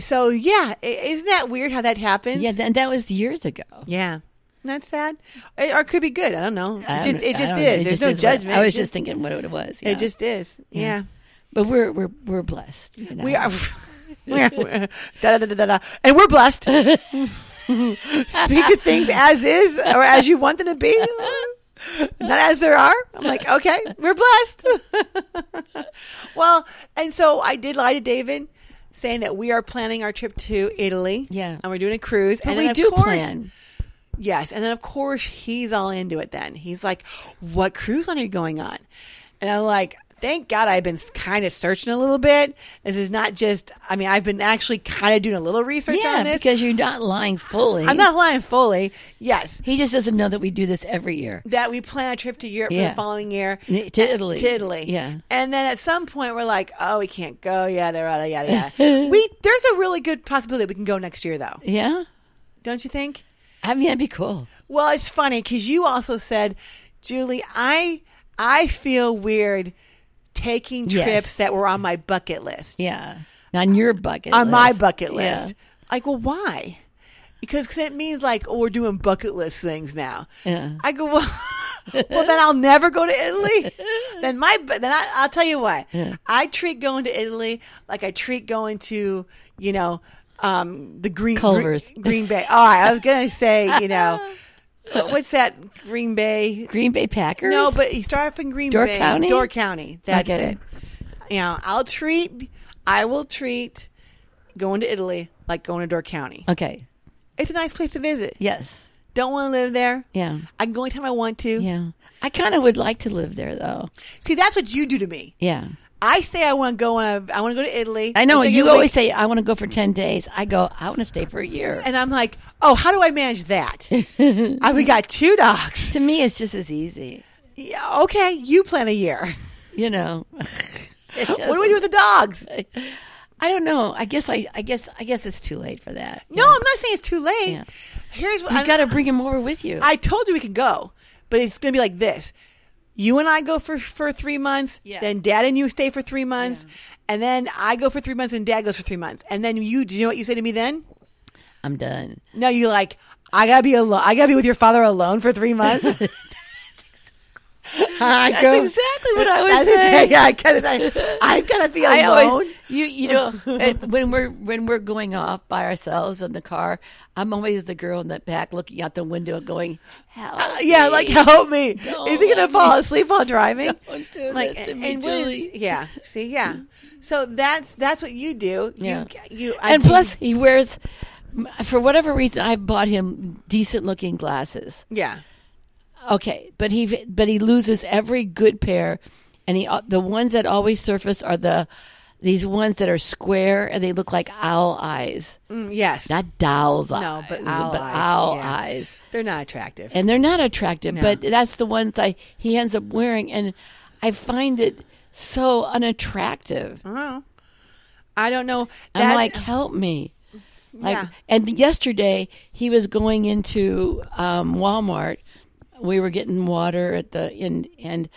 S1: So yeah, i- isn't that weird how that happens?
S2: yeah, and that was years ago.
S1: yeah. That's sad, It- or it could be good. I don't know. It
S2: I
S1: just, it
S2: don't- I
S1: just
S2: don't know.
S1: is. There's
S2: It just
S1: no
S2: is what-
S1: judgment.
S2: I
S1: It
S2: was
S1: just-
S2: just thinking what it was.
S1: It
S2: yeah.
S1: just is. yeah.
S2: but we're we're we're blessed. you know.
S1: We are. We are da, da, da, da, da, and we're blessed. Speak to things as is or as you want them to be, not as there are. I'm like, okay, we're blessed. well, and so I did lie to David, saying that we are planning our trip to Italy.
S2: Yeah.
S1: and we're doing a cruise.
S2: But
S1: and
S2: we
S1: then, of
S2: do
S1: course,
S2: plan.
S1: Yes. And then, of course, he's all into it then. He's like, What cruise line are you going on? And I'm like, thank God I've been kind of searching a little bit. This is not just, I mean, I've been actually kind of doing a little research
S2: yeah,
S1: on this.
S2: because you're not lying fully.
S1: I'm not lying fully. Yes.
S2: He just doesn't know that we do this every year.
S1: That we plan a trip to Europe for
S2: Yeah.
S1: the following year
S2: N- to Italy.
S1: To Italy,
S2: Yeah.
S1: And then at some point we're like, oh, we can't go, yada yada yada yada. we there's a really good possibility we can go next year though,
S2: Yeah,
S1: don't you think?
S2: I mean that'd be cool.
S1: Well, it's funny because you also said, Julie, I I feel weird taking
S2: Yes.
S1: trips that were on my bucket list.
S2: Yeah, on your bucket.
S1: on my
S2: list.
S1: bucket
S2: Yeah.
S1: list. Like, well, why? Because cause it means like, oh, we're doing bucket list things now.
S2: Yeah.
S1: I go, well, well, then I'll never go to Italy. then my, bu- then I, I'll tell you what. I treat going to Italy like I treat going to, you know, um, the Green
S2: Culver's.
S1: Green, Green Bay. All right, I was gonna say, you know, what's that Green Bay
S2: Green Bay Packers.
S1: no, but you start off in Green
S2: Door
S1: Bay,
S2: County?
S1: Door County. That's
S2: Okay.
S1: it. You know, I'll treat. I will treat going to Italy like going to Door County.
S2: okay.
S1: It's a nice place to visit.
S2: Yes.
S1: Don't want to live there.
S2: Yeah.
S1: I can go anytime I want to.
S2: Yeah. I kind of would like to live there though.
S1: See, that's what you do to me.
S2: Yeah.
S1: I say I want to go. On a, I want to go to Italy.
S2: I know.
S1: I think
S2: You
S1: it'll
S2: always
S1: be-
S2: say I want to go for ten days. I go. I want to stay for a year.
S1: and I'm like, oh, how do I manage that? I, we got two dogs.
S2: to me, it's just as easy.
S1: Yeah, okay, you plan a year.
S2: You know. It just-
S1: What do we do with the dogs?
S2: I don't know. I guess I, I guess I guess it's too late for that.
S1: No, I'm not saying it's too late.
S2: Yeah.
S1: Here's what
S2: You
S1: I-
S2: got to bring him over with you.
S1: I told you we could go, but it's going to be like this. You and I go for, for three months,
S2: Yeah.
S1: then dad and you stay for three months, and then I go for three months and dad goes for three months. And then you, do you know what you say to me then?
S2: I'm done.
S1: No, you're like, I gotta be alone. I gotta be with your father alone for three months. I
S2: That's
S1: go-
S2: exactly what I was
S1: That's exa-
S2: saying.
S1: Yeah, I gotta, say, I gotta be alone.
S2: I always you you know and when we're when we're going off by ourselves in the car, I'm always the girl in the back looking out the window going, "Help!"
S1: Uh, yeah,
S2: me.
S1: like help me.
S2: Don't
S1: Is he gonna
S2: let
S1: fall
S2: me-
S1: asleep while driving?
S2: Don't do this to me,
S1: what is-
S2: Julie. Mm-hmm.
S1: yeah. See, yeah. So that's that's what you do.
S2: Yeah.
S1: You you I
S2: and
S1: mean-
S2: plus he wears. For whatever reason, I bought him decent-looking glasses.
S1: yeah.
S2: Okay, but he but he loses every good pair, and he uh, the ones that always surface are the these ones that are square and they look like owl eyes,
S1: Mm, yes.
S2: not doll's eyes.
S1: no, but owl eyes.
S2: owl
S1: yeah.
S2: eyes.
S1: They're not attractive.
S2: and they're not attractive. But that's the ones I he ends up wearing, and I find it so unattractive.
S1: I don't know.
S2: I'm
S1: That-
S2: like, help me. Like,
S1: Yeah.
S2: and yesterday he was going into um, Walmart. We were getting water at the and and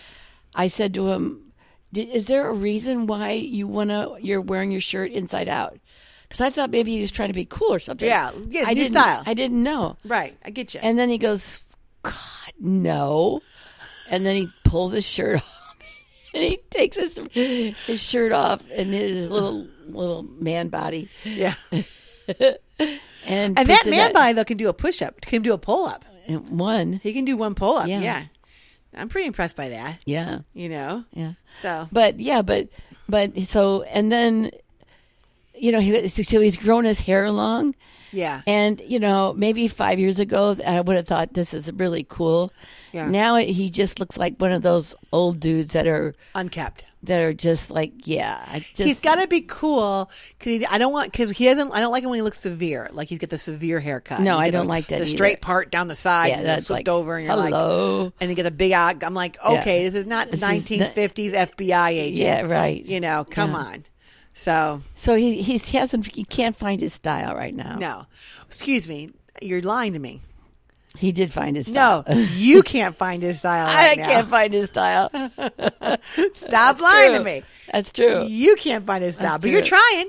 S2: I said to him, "D- "Is there a reason why you wanna you're wearing your shirt inside out?" Because I thought maybe he was trying to be cool or something.
S1: Yeah, yeah,
S2: I
S1: new
S2: didn't-
S1: style.
S2: I didn't know.
S1: right. I get you.
S2: And then he goes, God, no. And then he pulls his shirt off. And he takes his his shirt off and his little little man body.
S1: yeah. And
S2: And, puts
S1: that
S2: it
S1: man
S2: at-
S1: body though can do a push up, can do a pull up.
S2: at one.
S1: He can do one pull up. Yeah.
S2: Oh, Yeah.
S1: I'm pretty impressed by that.
S2: Yeah.
S1: You know.
S2: Yeah.
S1: So
S2: But yeah, but but so and then you know, he so he's grown his hair long.
S1: yeah.
S2: And you know, maybe five years ago, I would have thought this is really cool.
S1: Yeah.
S2: Now he just looks like one of those old dudes that are
S1: Unkept.
S2: that are just like, yeah, I just,
S1: he's got to be cool because I don't want because he doesn't. I don't like him when he looks severe. Like he's got the severe haircut.
S2: No,
S1: You
S2: I
S1: get the-
S2: don't like that
S1: The
S2: either.
S1: straight part down the side,
S2: Yeah,
S1: and
S2: that's
S1: that's slipped
S2: like,
S1: over, and you're like,
S2: hello.
S1: and you get the big eye. I'm like, okay,
S2: Yeah.
S1: this is not the
S2: This is not-
S1: 1950s FBI agent.
S2: Yeah, right.
S1: You know, come
S2: Yeah.
S1: on. So
S2: So he he's, he hasn't he can't find his style right now.
S1: no, excuse me, you're lying to me.
S2: He did find his
S1: No,
S2: style.
S1: you can't find his style.
S2: I
S1: Right now.
S2: can't find his style.
S1: Stop lying to
S2: True.
S1: me.
S2: That's true.
S1: you can't find his style, but you're
S2: true.
S1: trying.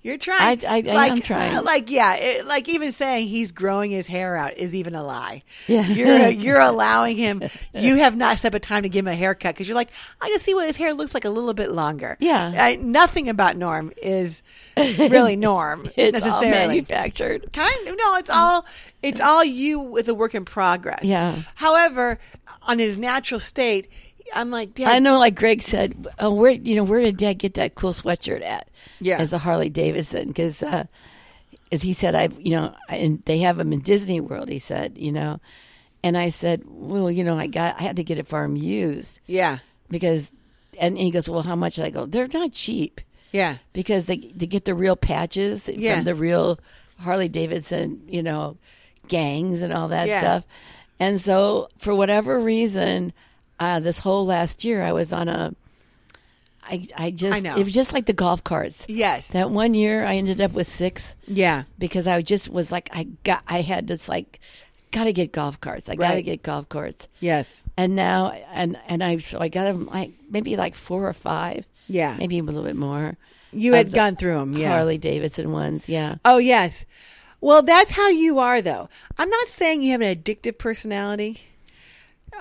S1: You're trying.
S2: I- I- I am
S1: like,
S2: trying.
S1: uh, like, yeah, it, like even saying he's growing his hair out is even a lie.
S2: Yeah.
S1: You're uh, you're allowing him. You have not set up a time to give him a haircut because you're like, I just see what his hair looks like a little bit longer.
S2: Yeah.
S1: I, nothing about Norm is really Norm
S2: It's all
S1: necessarily.
S2: manufactured.
S1: Kind of no, it's all it's all you with a work in progress.
S2: Yeah.
S1: However, on his natural state, I'm like, Dad,
S2: I know, like Greg said, oh, where you know where did Dad get that cool sweatshirt at?
S1: Yeah.
S2: as a Harley Davidson, because uh, as he said, I you know, I, and they have them in Disney World. He said, you know, and I said, well, you know, I got I had to get it for him used.
S1: Yeah.
S2: because and he goes, "Well, how much?" And I go, "They're not cheap
S1: Yeah.
S2: because they they get the real patches
S1: Yeah.
S2: from the real Harley Davidson, you know, gangs and all that
S1: Yeah.
S2: stuff." And so, for whatever reason, uh, this whole last year, I was on a. I I just
S1: I know.
S2: it was just like the golf carts.
S1: Yes.
S2: That one year, I ended up with six
S1: yeah.
S2: because I just was like, I got, I had this like, gotta get golf carts. I gotta
S1: Right.
S2: get golf carts.
S1: Yes.
S2: And now, and and I so I got them like maybe like four or five.
S1: Yeah.
S2: maybe a little bit more.
S1: You
S2: of
S1: had
S2: the
S1: gone through them. Yeah.
S2: Harley Davidson ones. Yeah,
S1: Oh, yes. Well, that's how you are, though. I'm not saying you have an addictive personality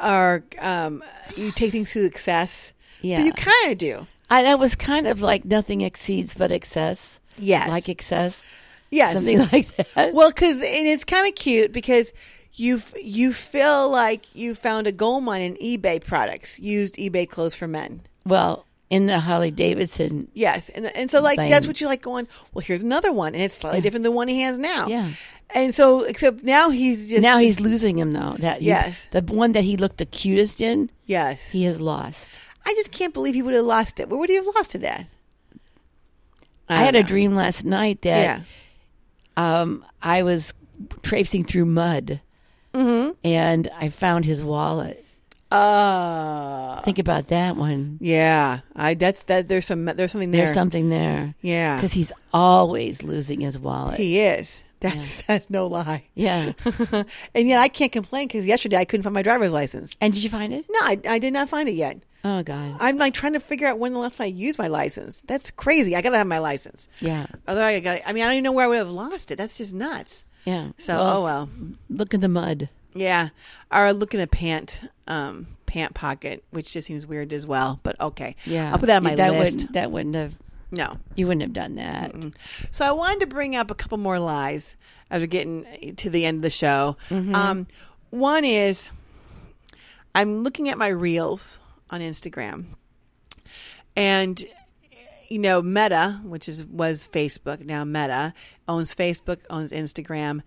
S1: or um, you take things to excess.
S2: Yeah.
S1: But you kind of do.
S2: I that was kind of like nothing exceeds but excess.
S1: Yes.
S2: like excess,
S1: Yes.
S2: something like that.
S1: Well, because and it's kind of cute because you f- you feel like you found a gold mine in eBay products, used eBay clothes for men.
S2: Well, in the Harley Davidson,
S1: Yes, and and so like
S2: Same.
S1: that's what you like going. Well, here's another one, and it's slightly different than the one he has now.
S2: Yeah.
S1: and so except now he's just
S2: now he's losing him though. That he-
S1: Yes.
S2: the one that he looked the cutest in,
S1: yes.
S2: he has lost.
S1: I just can't believe he would have lost it. Where would he have lost it at?
S2: I, had a dream last night that.
S1: Yeah,
S2: um, I was traipsing through mud,
S1: Mm-hmm.
S2: and I found his wallet.
S1: uh,
S2: Think about that one.
S1: yeah. I that's that. There's some there's something there.
S2: There's something there
S1: yeah,
S2: because he's always losing his wallet.
S1: he is. That's that's no lie.
S2: yeah.
S1: and yet I can't complain because yesterday I couldn't find my driver's license.
S2: and did you find it?
S1: No, I, I did not find it yet.
S2: Oh God.
S1: I'm like trying to figure out when the last time I used my license. That's crazy. I gotta have my license.
S2: Yeah.
S1: Otherwise, I got. I mean, I don't even know where I would have lost it. That's just nuts.
S2: Yeah.
S1: So, oh well.
S2: Look in the mud.
S1: Yeah, or look in a pant, um, pant pocket, which just seems weird as well. But okay,
S2: Yeah.
S1: I'll put that on my
S2: that
S1: list.
S2: Wouldn't, that wouldn't have.
S1: No,
S2: You wouldn't have done that.
S1: So I wanted to bring up a couple more lies as we're getting to the end of the show.
S2: Mm-hmm.
S1: Um, one is I'm looking at my reels on Instagram, and you know Meta, which is was Facebook now Meta owns Facebook, owns Instagram,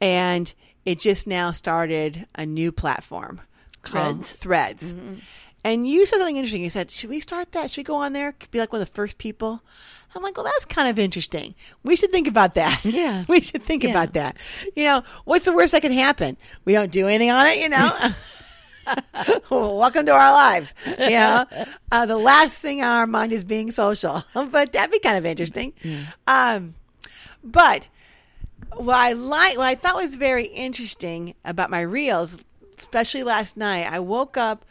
S1: and it just now started a new platform called
S2: Threads. Mm-hmm.
S1: Threads. And you said something interesting. You said, "Should we start that? Should we go on there? Could Be like one of the first people." I'm like, "Well, that's kind of interesting. We should think about that.
S2: Yeah.
S1: we should think
S2: Yeah.
S1: about that. You know, what's the worst that can happen? We don't do anything on it. You know." Well, welcome to our lives. You know, uh, the last thing on our mind is being social, but that'd be kind of interesting. Um, but what I like, what I thought was very interesting about my reels, especially last night, I woke up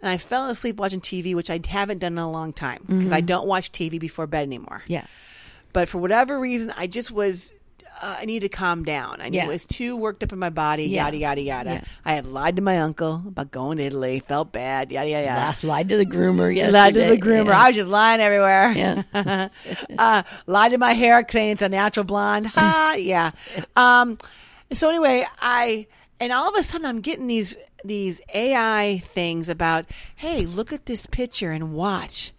S1: and I fell asleep watching TV, which I haven't done in a long time because I don't watch TV before bed anymore.
S2: Yeah.
S1: But for whatever reason, I just was. Uh, I needed to calm down. I
S2: Yeah.
S1: was too worked up in my body.
S2: Yeah.
S1: Yada yada yada.
S2: Yeah.
S1: I had lied to my uncle about going to Italy. Felt bad. Yada yada yada.
S2: Lied to the groomer. Yes.
S1: Lied to the groomer. I was just lying everywhere.
S2: Yeah.
S1: uh, lied to my hair, saying it's a natural blonde. Ha, yeah. Um, so anyway, I and all of a sudden I'm getting these these AI things about, hey, look at this picture and watch,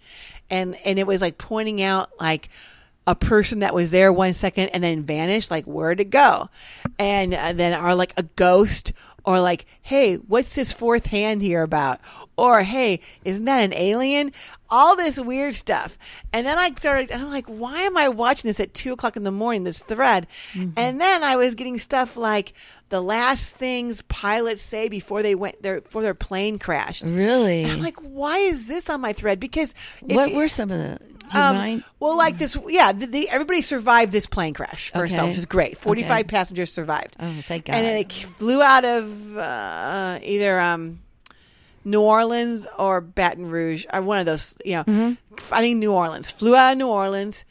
S1: and and it was like pointing out like a person that was there one second and then vanished, like where to go, and uh, then are like a ghost. Or like, hey, what's this fourth hand here about? Or hey, isn't that an alien? All this weird stuff. And then I started, and I'm like, why am I watching this at two o'clock in the morning? This thread.
S2: Mm-hmm.
S1: And then I was getting stuff like the last things pilots say before they went their before their plane crashed.
S2: Mm-hmm. really.
S1: And I'm like, why is this on my thread? Because if
S2: what
S1: you-
S2: were some of the? Do you
S1: um,
S2: mind?
S1: Well, like this, yeah. The, the, everybody survived this plane crash first off,
S2: Okay.
S1: which is great. Forty-five
S2: Okay.
S1: passengers survived.
S2: Oh, thank
S1: And
S2: God.
S1: then it flew out of uh, either um, New Orleans or Baton Rouge, or one of those. You know,
S2: Mm-hmm.
S1: I think New Orleans flew out of New Orleans,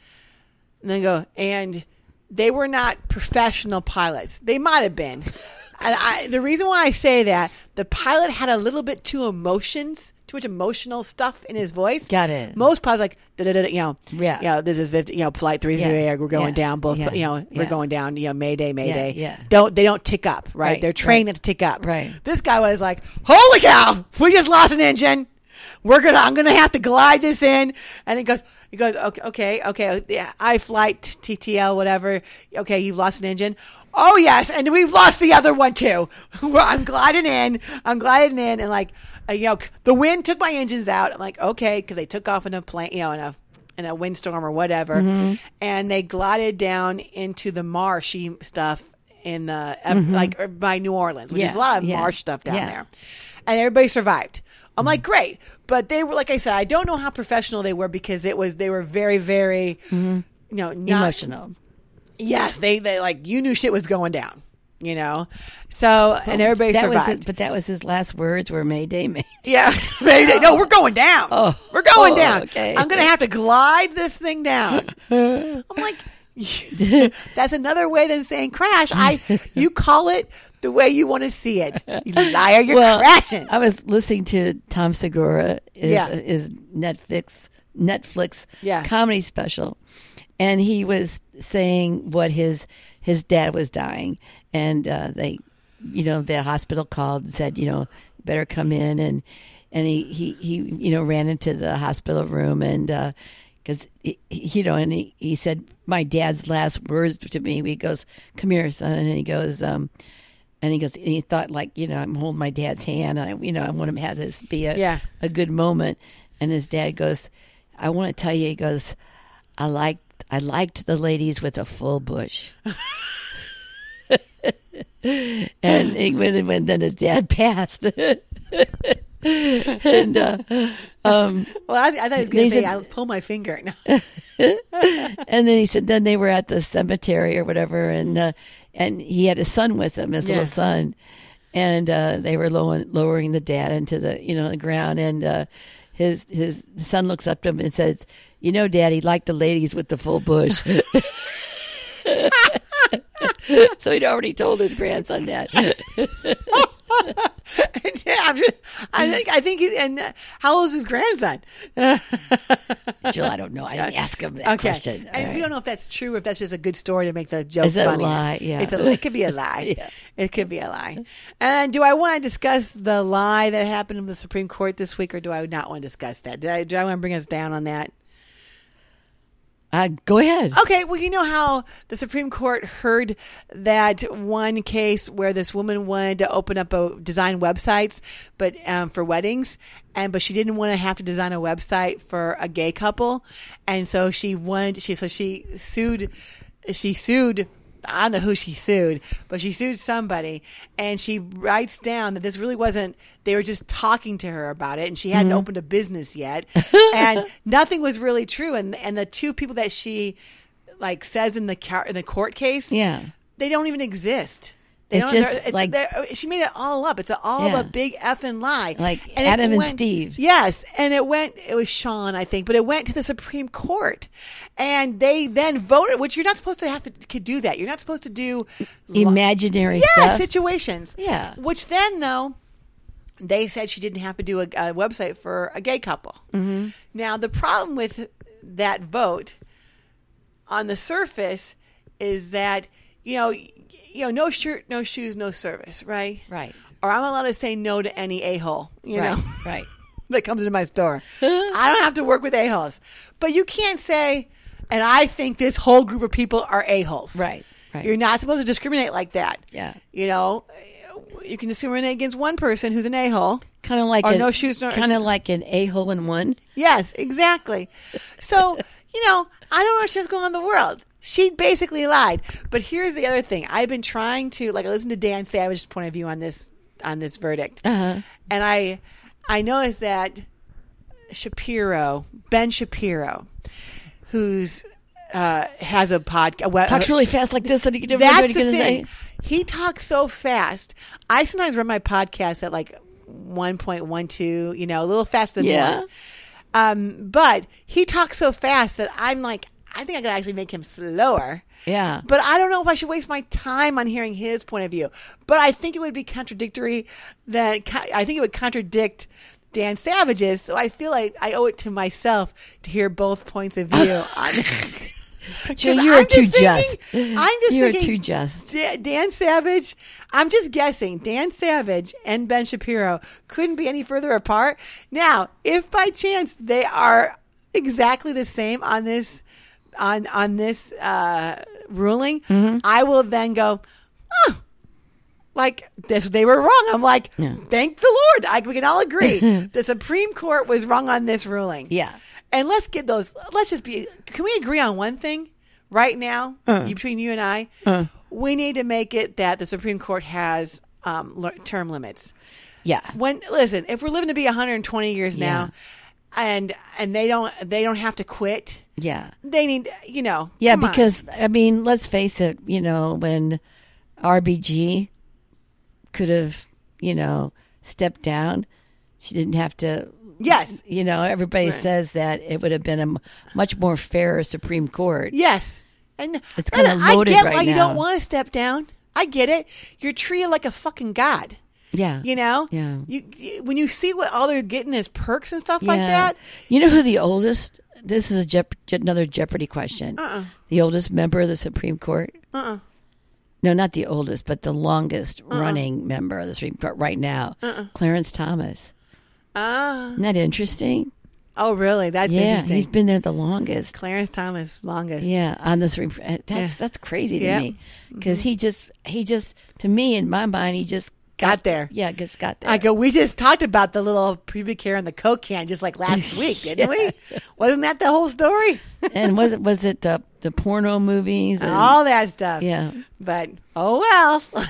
S1: and then go and they were not professional pilots. They might have been. And I, the reason why I say that the pilot had a little bit too emotions, too much emotional stuff in his voice.
S2: Got it.
S1: Most pilots like da da da, da, you know,
S2: Yeah.
S1: you know, this is 50, you know, flight three three
S2: Yeah.
S1: eight, we're going
S2: Yeah.
S1: down both,
S2: Yeah.
S1: you know, we're
S2: Yeah.
S1: going down, you know, Mayday, Mayday.
S2: yeah.
S1: Don't they don't tick up, right?
S2: Right,
S1: They're trained
S2: right.
S1: not to tick up.
S2: Right.
S1: This guy was like, holy cow, we just lost an engine. We're gonna. I'm gonna have to glide this in." And he goes, "He goes, okay, okay, okay. Yeah, I flight TTL, whatever. Okay, you've lost an engine. Oh yes, and we've lost the other one too. Well, I'm gliding in. I'm gliding in, and like, uh, you know, the wind took my engines out. I'm like, okay, because they took off in a plane, you know, in a in a windstorm or whatever, and they glided down into the marshy stuff in uh, ev- like or by New Orleans, which is a
S2: Yeah,
S1: lot of
S2: yeah,
S1: marsh stuff down
S2: yeah.
S1: there, and everybody survived. I'm like, great, but they were like I said, I don't know how professional they were because it was they were very very.
S2: Mm-hmm.
S1: You know, not,
S2: Emotional.
S1: Yes, they they like you knew shit was going down, you know. So and everybody
S2: Oh, that was
S1: survived.
S2: his, but that was his last words were Mayday, Mayday.
S1: yeah, Maybe they- no, we're going down.
S2: Oh.
S1: We're going
S2: Oh,
S1: down.
S2: okay.
S1: I'm gonna have to glide this thing down. I'm like, that's another way than saying crash. I you call it the way you want to see it. You liar, you're crashing.
S2: I was listening to Tom Segura is
S1: Yeah.
S2: is Netflix Netflix
S1: Yeah.
S2: comedy special, and he was saying what his his dad was dying, and uh, they, you know, the hospital called and said, you know, better come in, and and he he, he you know ran into the hospital room and. Uh, because you know, and he, he said my dad's last words to me. He goes, "Come here, son," and he goes, um, and he goes, and he thought like, you know, I'm holding my dad's hand, and I, you know, I want him to have this be a
S1: Yeah.
S2: a good moment. And his dad goes, I want to tell you, he goes, I liked I liked the ladies with a full bush. and he went and went, then his dad passed. and uh,
S1: well, I, I thought he was gonna
S2: They
S1: say
S2: said-
S1: I'll pull my finger. No.
S2: and then he said then they were at the cemetery or whatever and uh, and he had his son with him his
S1: Yeah.
S2: little son and uh, they were low- lowering the dad into the you know the ground and uh, his his son looks up to him and says you know daddy like the ladies with the full bush so he'd already told his grandson that
S1: I'm just,
S2: Mm.
S1: I think I think he, and uh, how old is his grandson?
S2: jill i don't know i didn't ask him that
S1: Okay.
S2: question
S1: And
S2: All
S1: we
S2: right.
S1: don't know if that's true or if that's just a good story to make the joke
S2: It's a
S1: funnier.
S2: lie, yeah.
S1: It's a, it could be a lie.
S2: Yeah.
S1: It could be a lie. And do I want to discuss the lie that happened in the Supreme Court this week or do I not want to discuss that? Do I, do I want to bring us down on that?
S2: uh, go ahead
S1: Okay, well, you know how the Supreme Court heard that one case where this woman wanted to open up a design websites, but um, for weddings, and but she didn't want to have to design a website for a gay couple, and so she wanted she so she sued she sued. I don't know who she sued, but she sued somebody, and she writes down that this really wasn't. They were just talking to her about it, and she
S2: Mm-hmm.
S1: hadn't opened a business yet, and nothing was really true. And and the two people that she like says in the car- in the court case,
S2: yeah
S1: they don't even exist. They
S2: It's
S1: don't,
S2: just
S1: they're- it's,
S2: like-
S1: they're- she made it all up. It's all
S2: Yeah.
S1: a big effing lie.
S2: Like
S1: it
S2: Adam and Steve.
S1: Yes, and it went. It was Sean, I think, but it went to the Supreme Court, and they then voted. Which you're not supposed to have to could do that. You're not supposed to do li-
S2: imaginary
S1: yeah,
S2: stuff
S1: situations.
S2: Yeah.
S1: Which then though, they said she didn't have to do a, a website for a gay couple. Mm-hmm. Now the problem with that vote on the surface is that you know y- you know no shirt, no shoes, no service, right?
S2: right
S1: Or I'm allowed to say no to any a hole, you
S2: right
S1: know
S2: right
S1: that comes into my store. I don't have to work with a-holes. But you can't say, and I think this whole group of people are a-holes.
S2: Right, right.
S1: You're not supposed to discriminate like that.
S2: Yeah.
S1: You know, you can discriminate against one person who's an a-hole.
S2: kind of like
S1: Or
S2: an,
S1: Oh, no shoes, no-
S2: kind of like an a hole in one.
S1: Yes, exactly. So, you know, I don't know what's going on in the world. She basically lied. But here's the other thing. I've been trying to like I listened to Dan Savage's point of view on this on this verdict.
S2: Uh-huh.
S1: And I I noticed that Shapiro, Ben Shapiro, who's uh, has a podcast.
S2: Talks really fast like this, and you never know what
S1: That's
S2: he's
S1: the
S2: going to
S1: thing.
S2: say.
S1: He talks so fast. I sometimes run my podcast at like 1.12, you know, a little faster than
S2: Yeah.
S1: one. Um, but he talks so fast that I'm like, I think I could actually make him slower.
S2: Yeah,
S1: But I don't know if I should waste my time on hearing his point of view. But I think it would be contradictory that co- I think it would contradict Dan Savage's. So I feel like I owe it to myself to hear both points of view on
S2: Jill,
S1: 'Cause
S2: you are
S1: I'm
S2: too
S1: just thinking-
S2: just.
S1: I'm just
S2: you are
S1: thinking-
S2: too just.
S1: Da- Dan Savage, I'm just guessing, Dan Savage and Ben Shapiro couldn't be any further apart. Now, if by chance they are exactly the same on this on on this uh, ruling,
S2: Mm-hmm.
S1: I will then go, oh, like this they were wrong. I'm like,
S2: Yeah.
S1: thank the Lord. I, we can all agree the Supreme Court was wrong on this ruling.
S2: Yeah.
S1: And let's get those. Let's just be. Can we agree on one thing right now
S2: Uh.
S1: you- between you and I? We need to make it that the Supreme Court has um, l- term limits.
S2: Yeah.
S1: When listen, if we're living to be 120 years now, and and they don't they don't have to quit.
S2: Yeah.
S1: They need you know.
S2: Yeah,
S1: come on.
S2: because I mean, let's face it. You know, when RBG could have, you know, stepped down, she didn't have to.
S1: yes,
S2: You know, everybody
S1: Right.
S2: says that it would have been a m- much more fair Supreme Court.
S1: yes, and
S2: It's kinda
S1: and I
S2: loaded
S1: get
S2: right
S1: why you
S2: now.
S1: don't want to step down. I get it. You're treated like a fucking god.
S2: Yeah,
S1: You know.
S2: Yeah.
S1: You you- when you see what all they're getting is perks and stuff like
S2: Yeah.
S1: that.
S2: You know who the oldest? This is a Jep- another Jeopardy question.
S1: Uh-uh.
S2: The oldest member of the Supreme Court?
S1: Uh. uh
S2: No, not the oldest, but the longest
S1: Uh-uh.
S2: running member of the Supreme Court right now, Clarence Thomas.
S1: Ah.
S2: Isn't that interesting?
S1: Oh, really? That's
S2: yeah,
S1: interesting.
S2: he's been there the longest.
S1: Clarence Thomas, longest.
S2: Yeah, on the Supreme. eh, That's that's crazy to
S1: Yeah. Mm-hmm.
S2: me because he just he just to me in my mind he just
S1: Got there.
S2: yeah just got there.
S1: I go, we just talked about the little pubic hair and the Coke can just like last week, didn't we? Wasn't that the whole story?
S2: and was it was it the the porno movies? And,
S1: All that stuff.
S2: yeah,
S1: But, oh well.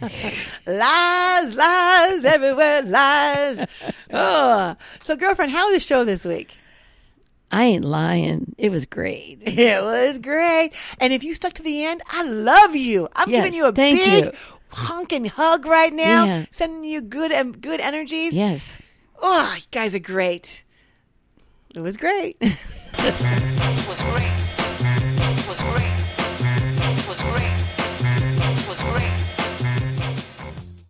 S1: lies, lies, everywhere, lies. Oh. So, girlfriend, how was the show this week?
S2: I ain't lying. It was great.
S1: It was great. And if you stuck to the end, I love you. I'm
S2: Yes,
S1: giving you a
S2: thank
S1: big
S2: you.
S1: honking hug right now,
S2: Yeah.
S1: sending you good um, good energies.
S2: Yes.
S1: Oh, you guys are great. It was great.
S3: was great.